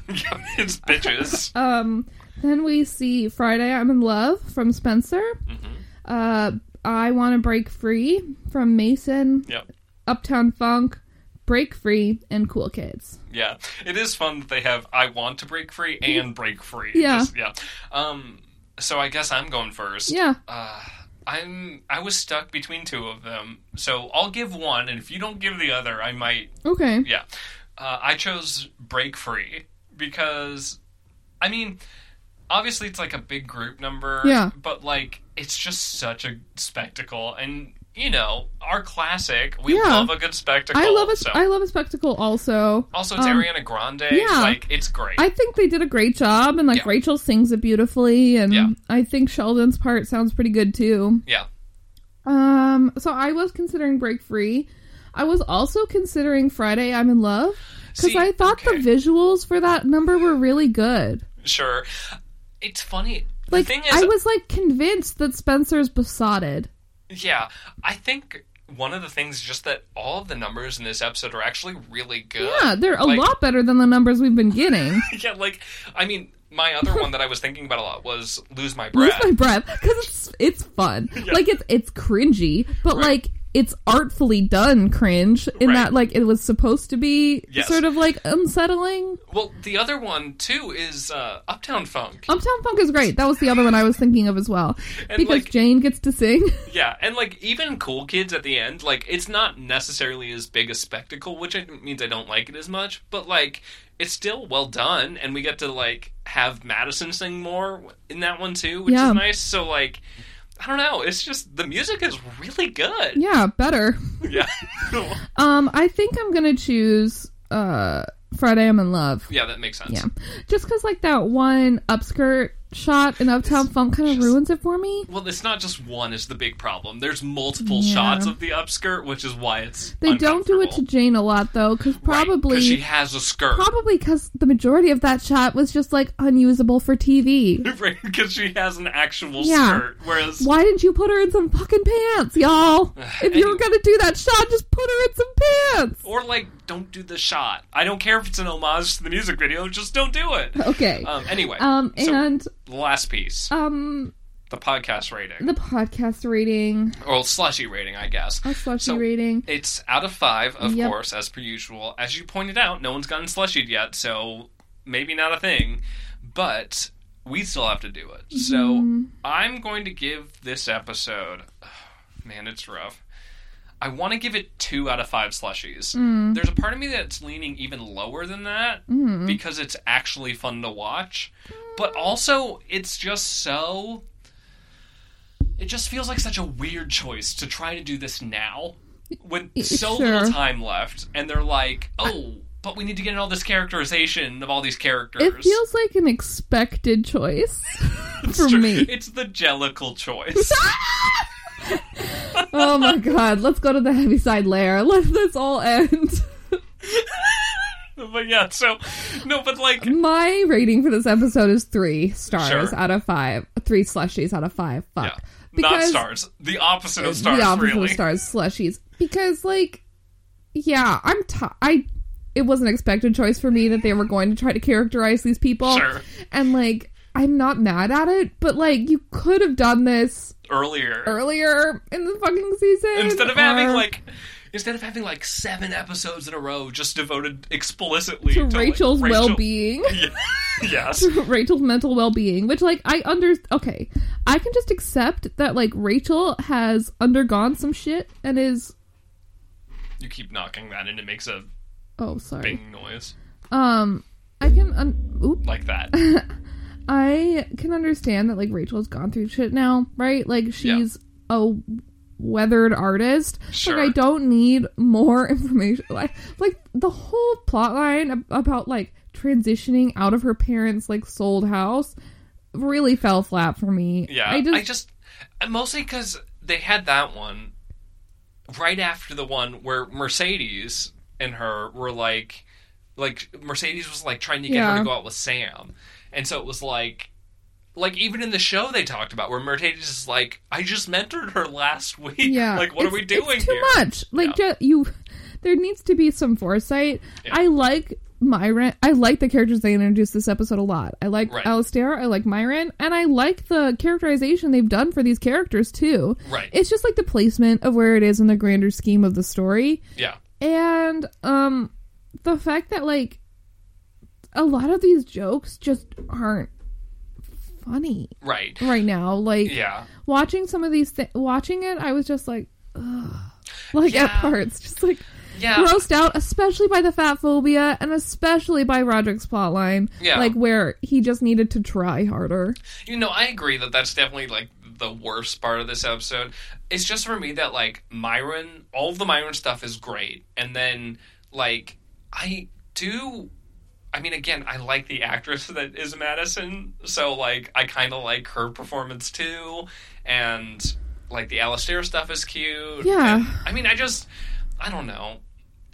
[SPEAKER 1] it's bitches.
[SPEAKER 2] Um, then we see Friday I'm in Love from Spencer. Uh, I Want to Break Free from Mason,
[SPEAKER 1] Yep.
[SPEAKER 2] Uptown Funk, Break Free, and Cool Kids.
[SPEAKER 1] Yeah, it is fun that they have "I want to break free" and "break free."
[SPEAKER 2] Yeah.
[SPEAKER 1] Just- yeah. Um, so I guess I'm going first.
[SPEAKER 2] Yeah.
[SPEAKER 1] Uh, I'm. I was stuck between two of them, so I'll give one, and if you don't give the other, I might.
[SPEAKER 2] Okay.
[SPEAKER 1] Yeah. Uh, I chose "break free" because, I mean, obviously it's like a big group number.
[SPEAKER 2] Yeah.
[SPEAKER 1] But like, it's just such a spectacle, and you know, our classic. We
[SPEAKER 2] Yeah.
[SPEAKER 1] love a good spectacle.
[SPEAKER 2] I love a,
[SPEAKER 1] so.
[SPEAKER 2] I love a spectacle also.
[SPEAKER 1] Also, it's
[SPEAKER 2] Um,
[SPEAKER 1] Ariana Grande.
[SPEAKER 2] yeah.
[SPEAKER 1] Like, it's great.
[SPEAKER 2] I think they did a great job, and like
[SPEAKER 1] Yeah.
[SPEAKER 2] Rachel sings it beautifully, and
[SPEAKER 1] Yeah.
[SPEAKER 2] I think Sheldon's part sounds pretty good too.
[SPEAKER 1] yeah.
[SPEAKER 2] Um, so I was considering Break Free. I was also considering Friday I'm in Love because
[SPEAKER 1] See,
[SPEAKER 2] I thought
[SPEAKER 1] okay.
[SPEAKER 2] the visuals for that number were really good.
[SPEAKER 1] Sure. It's funny.
[SPEAKER 2] Like
[SPEAKER 1] the thing is,
[SPEAKER 2] I was like convinced that Spencer's besotted.
[SPEAKER 1] yeah, I think one of the things is just that all of the numbers in this episode are actually really good.
[SPEAKER 2] Yeah, they're a
[SPEAKER 1] Like-
[SPEAKER 2] lot better than the numbers we've been getting.
[SPEAKER 1] Yeah, like, I mean, my other one that I was thinking about a lot was Lose My
[SPEAKER 2] Lose
[SPEAKER 1] Breath.
[SPEAKER 2] my breath because it's it's fun.
[SPEAKER 1] Yeah.
[SPEAKER 2] Like it's it's cringy, but
[SPEAKER 1] Right.
[SPEAKER 2] like it's artfully done cringe in
[SPEAKER 1] Right.
[SPEAKER 2] that like it was supposed to be
[SPEAKER 1] Yes.
[SPEAKER 2] sort of like unsettling.
[SPEAKER 1] well, the other one, too, is uh, Uptown Funk.
[SPEAKER 2] Uptown Funk is great. That was the other one I was thinking of as well
[SPEAKER 1] And,
[SPEAKER 2] because
[SPEAKER 1] like-
[SPEAKER 2] Jane gets to sing.
[SPEAKER 1] Yeah, and like even Cool Kids at the end, like it's not necessarily as big a spectacle, which I- means I don't like it as much, but like it's still well done, and we get to like have Madison sing more in that one too, which
[SPEAKER 2] Yeah.
[SPEAKER 1] is nice. So like, I don't know, it's just the music is really good.
[SPEAKER 2] yeah, better.
[SPEAKER 1] Yeah, yeah,
[SPEAKER 2] Um, I think I'm gonna choose uh Friday I'm in Love.
[SPEAKER 1] that makes sense.
[SPEAKER 2] Yeah, just because like that one upskirt shot in Uptown Funk kind of
[SPEAKER 1] just-
[SPEAKER 2] ruins it for me.
[SPEAKER 1] Well, it's not just one is the big problem. There's multiple
[SPEAKER 2] Yeah.
[SPEAKER 1] shots of the upskirt, which is why it's
[SPEAKER 2] They don't do it to
[SPEAKER 1] uncomfortable.
[SPEAKER 2] Jane a lot though, because
[SPEAKER 1] Right, 'cause
[SPEAKER 2] probably
[SPEAKER 1] she has a skirt.
[SPEAKER 2] Probably because the majority of that shot was just like unusable for TV.
[SPEAKER 1] because she has an actual
[SPEAKER 2] Yeah.
[SPEAKER 1] skirt, whereas
[SPEAKER 2] Why didn't you put her in some fucking pants, y'all? If you were
[SPEAKER 1] And-
[SPEAKER 2] gonna do that shot, just put her in some pants.
[SPEAKER 1] or like don't do the shot. I don't care if it's an homage to the music video, just don't do it.
[SPEAKER 2] Okay.
[SPEAKER 1] Um, anyway,
[SPEAKER 2] Um,
[SPEAKER 1] so
[SPEAKER 2] and
[SPEAKER 1] the last piece,
[SPEAKER 2] um,
[SPEAKER 1] the podcast rating
[SPEAKER 2] the podcast rating,
[SPEAKER 1] or slushy rating, I guess.
[SPEAKER 2] a slushy
[SPEAKER 1] So-
[SPEAKER 2] rating.
[SPEAKER 1] It's out of five, of
[SPEAKER 2] Yep.
[SPEAKER 1] course, as per usual. As you pointed out, no one's gotten slushied yet, so maybe not a thing. But we still have to do it. So I'm going to give this episode. Man, it's rough. I want to give it two out of five slushies. There's a part of me that's leaning even lower than that because it's actually fun to watch. But also, it's just so. It just feels like such a weird choice to try to do this now when so little
[SPEAKER 2] sure.
[SPEAKER 1] time left, and they're like, oh, but we need to get in all this characterization of all these characters.
[SPEAKER 2] It feels like an expected choice for me.
[SPEAKER 1] It's the Jellicle choice.
[SPEAKER 2] Oh my god, let's go to the heavy side layer. Let this all end.
[SPEAKER 1] but yeah, so. No, but like.
[SPEAKER 2] Um, My rating for this episode is three stars
[SPEAKER 1] Sure.
[SPEAKER 2] out of five. Three slushies out of five.
[SPEAKER 1] Yeah.
[SPEAKER 2] Fuck.
[SPEAKER 1] Not
[SPEAKER 2] Because- Uh,
[SPEAKER 1] stars. The opposite of stars,
[SPEAKER 2] the opposite
[SPEAKER 1] really.
[SPEAKER 2] of stars slushies because like yeah i'm t- i it was an expected choice for me that they were going to try to characterize these people
[SPEAKER 1] Sure.
[SPEAKER 2] and like i'm not mad at it but like you could have done this
[SPEAKER 1] Earlier.
[SPEAKER 2] earlier in the fucking season
[SPEAKER 1] Instead of
[SPEAKER 2] or-
[SPEAKER 1] having, like. instead of having like seven episodes in a row just devoted explicitly
[SPEAKER 2] to
[SPEAKER 1] like,
[SPEAKER 2] Rachel's
[SPEAKER 1] Rachel-
[SPEAKER 2] well-being.
[SPEAKER 1] Yeah. yes.
[SPEAKER 2] Rachel's mental well-being, which like I under okay, I can just accept that like Rachel has undergone some shit and is
[SPEAKER 1] You keep knocking that and it makes a
[SPEAKER 2] oh sorry.
[SPEAKER 1] bing noise
[SPEAKER 2] Um I can un- oop
[SPEAKER 1] like that.
[SPEAKER 2] I can understand that like Rachel's gone through shit now, right? Like she's a weathered artist.
[SPEAKER 1] Sure.
[SPEAKER 2] Like I don't need more information. Like like the whole plot line ab- about like transitioning out of her parents' like sold house really fell flat for me.
[SPEAKER 1] Yeah,
[SPEAKER 2] I just,
[SPEAKER 1] and mostly because they had that one right after the one where Mercedes and her were like, like Mercedes was like trying to get her
[SPEAKER 2] Yeah.
[SPEAKER 1] to go out with Sam, and so it was like. Like even in the show they talked about where Mercedes is like, I just mentored her last week.
[SPEAKER 2] yeah.
[SPEAKER 1] like what are
[SPEAKER 2] It's-
[SPEAKER 1] we doing
[SPEAKER 2] It's too
[SPEAKER 1] here?
[SPEAKER 2] much. Like ju- you, there needs to be some foresight. I like Myron. I like the characters they introduced this episode a lot. I like
[SPEAKER 1] Right.
[SPEAKER 2] Alistair. I like Myron, and I like the characterization they've done for these characters too.
[SPEAKER 1] Right.
[SPEAKER 2] It's just like the placement of where it is in the grander scheme of the story.
[SPEAKER 1] Yeah.
[SPEAKER 2] and um the fact that like a lot of these jokes just aren't funny
[SPEAKER 1] Right.
[SPEAKER 2] right now like
[SPEAKER 1] Yeah.
[SPEAKER 2] watching some of these thi- watching it i was just like Ugh. like
[SPEAKER 1] Yeah.
[SPEAKER 2] at parts just like
[SPEAKER 1] Yeah.
[SPEAKER 2] grossed out especially by the fat phobia and especially by roderick's plotline
[SPEAKER 1] Yeah.
[SPEAKER 2] like where he just needed to try harder
[SPEAKER 1] You know, I agree that that's definitely like the worst part of this episode. It's just for me that like Myron, all of the Myron stuff is great, and then like I do. I mean, again, I like the actress that is Madison, so like I kind of like her performance too, and like the Alistair stuff is cute.
[SPEAKER 2] Yeah.
[SPEAKER 1] And, I mean, I just, I don't know.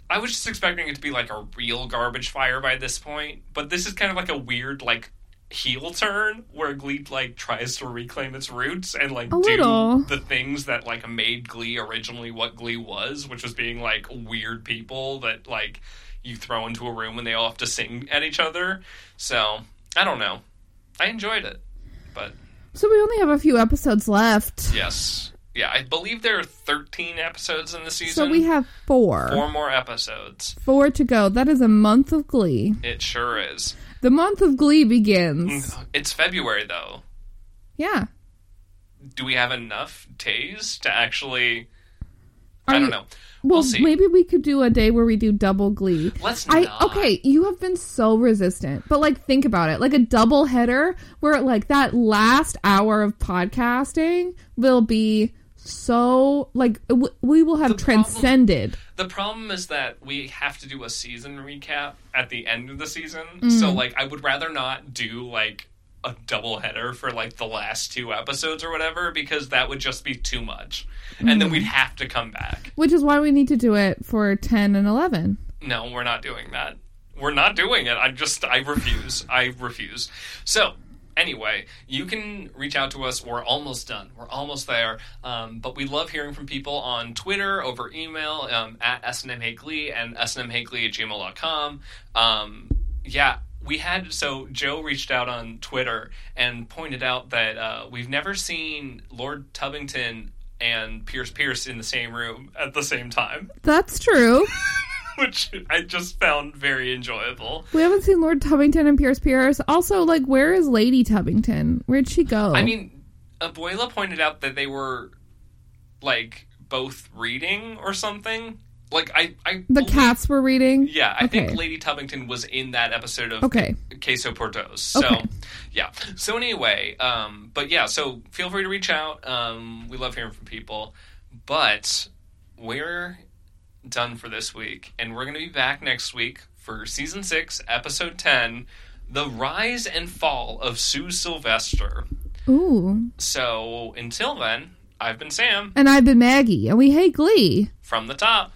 [SPEAKER 1] I was just expecting it to be like a real garbage fire by this point, but this is kind of like a weird like heel turn where Glee like tries to reclaim its roots and like
[SPEAKER 2] A little.
[SPEAKER 1] do the things that like made Glee originally what Glee was, which was being like weird people that like you throw into a room and they all have to sing at each other. So I don't know. I enjoyed it, but
[SPEAKER 2] so we only have a few episodes left
[SPEAKER 1] yes, yeah, I believe there are thirteen episodes in the season.
[SPEAKER 2] so we have four.
[SPEAKER 1] four more episodes.
[SPEAKER 2] four to go that is a month of glee
[SPEAKER 1] It sure is.
[SPEAKER 2] The month of Glee begins.
[SPEAKER 1] It's February though.
[SPEAKER 2] Yeah.
[SPEAKER 1] Do we have enough days to actually?
[SPEAKER 2] Are
[SPEAKER 1] I
[SPEAKER 2] you-
[SPEAKER 1] don't know.
[SPEAKER 2] Well,
[SPEAKER 1] see.
[SPEAKER 2] maybe we could do a day where we do double Glee.
[SPEAKER 1] Let's
[SPEAKER 2] I
[SPEAKER 1] not.
[SPEAKER 2] okay. You have been so resistant, but like, think about it. Like a double header where like that last hour of podcasting will be so like w- we will have
[SPEAKER 1] The problem-
[SPEAKER 2] transcended.
[SPEAKER 1] The problem is that we have to do a season recap at the end of the season. So like, I would rather not do like a double header for like the last two episodes or whatever because that would just be too much, and then we'd have to come back.
[SPEAKER 2] Which is why we need to do it for ten and eleven.
[SPEAKER 1] No, we're not doing that. We're not doing it. I just, I refuse. I refuse. So, anyway, you can reach out to us. We're almost done. We're almost there. Um, but we love hearing from people on Twitter, over email, um, at snmhakeley and snmhakeley at gmail.com. Um, yeah. We had so Joe reached out on Twitter and pointed out that uh, we've never seen Lord Tubington and Pierce Pierce in the same room at the same time
[SPEAKER 2] That's true.
[SPEAKER 1] which I just found very enjoyable.
[SPEAKER 2] we haven't seen Lord Tubington and Pierce Pierce. Also, like, where is Lady Tubington? Where'd she go?
[SPEAKER 1] I mean, Abuela pointed out that they were like both reading or something. Like I, I
[SPEAKER 2] the cats were reading.
[SPEAKER 1] Yeah, I
[SPEAKER 2] Okay.
[SPEAKER 1] think Lady Tubington was in that episode of
[SPEAKER 2] Okay.
[SPEAKER 1] Queso Portos. So,
[SPEAKER 2] Okay.
[SPEAKER 1] yeah. So anyway, um, but yeah. So feel free to reach out. Um, we love hearing from people. But we're done for this week, and we're going to be back next week for season six, episode ten, the rise and fall of Sue Sylvester.
[SPEAKER 2] Ooh.
[SPEAKER 1] So until then, I've been Sam
[SPEAKER 2] And I've been Maggie, and we hate Glee.
[SPEAKER 1] from the top.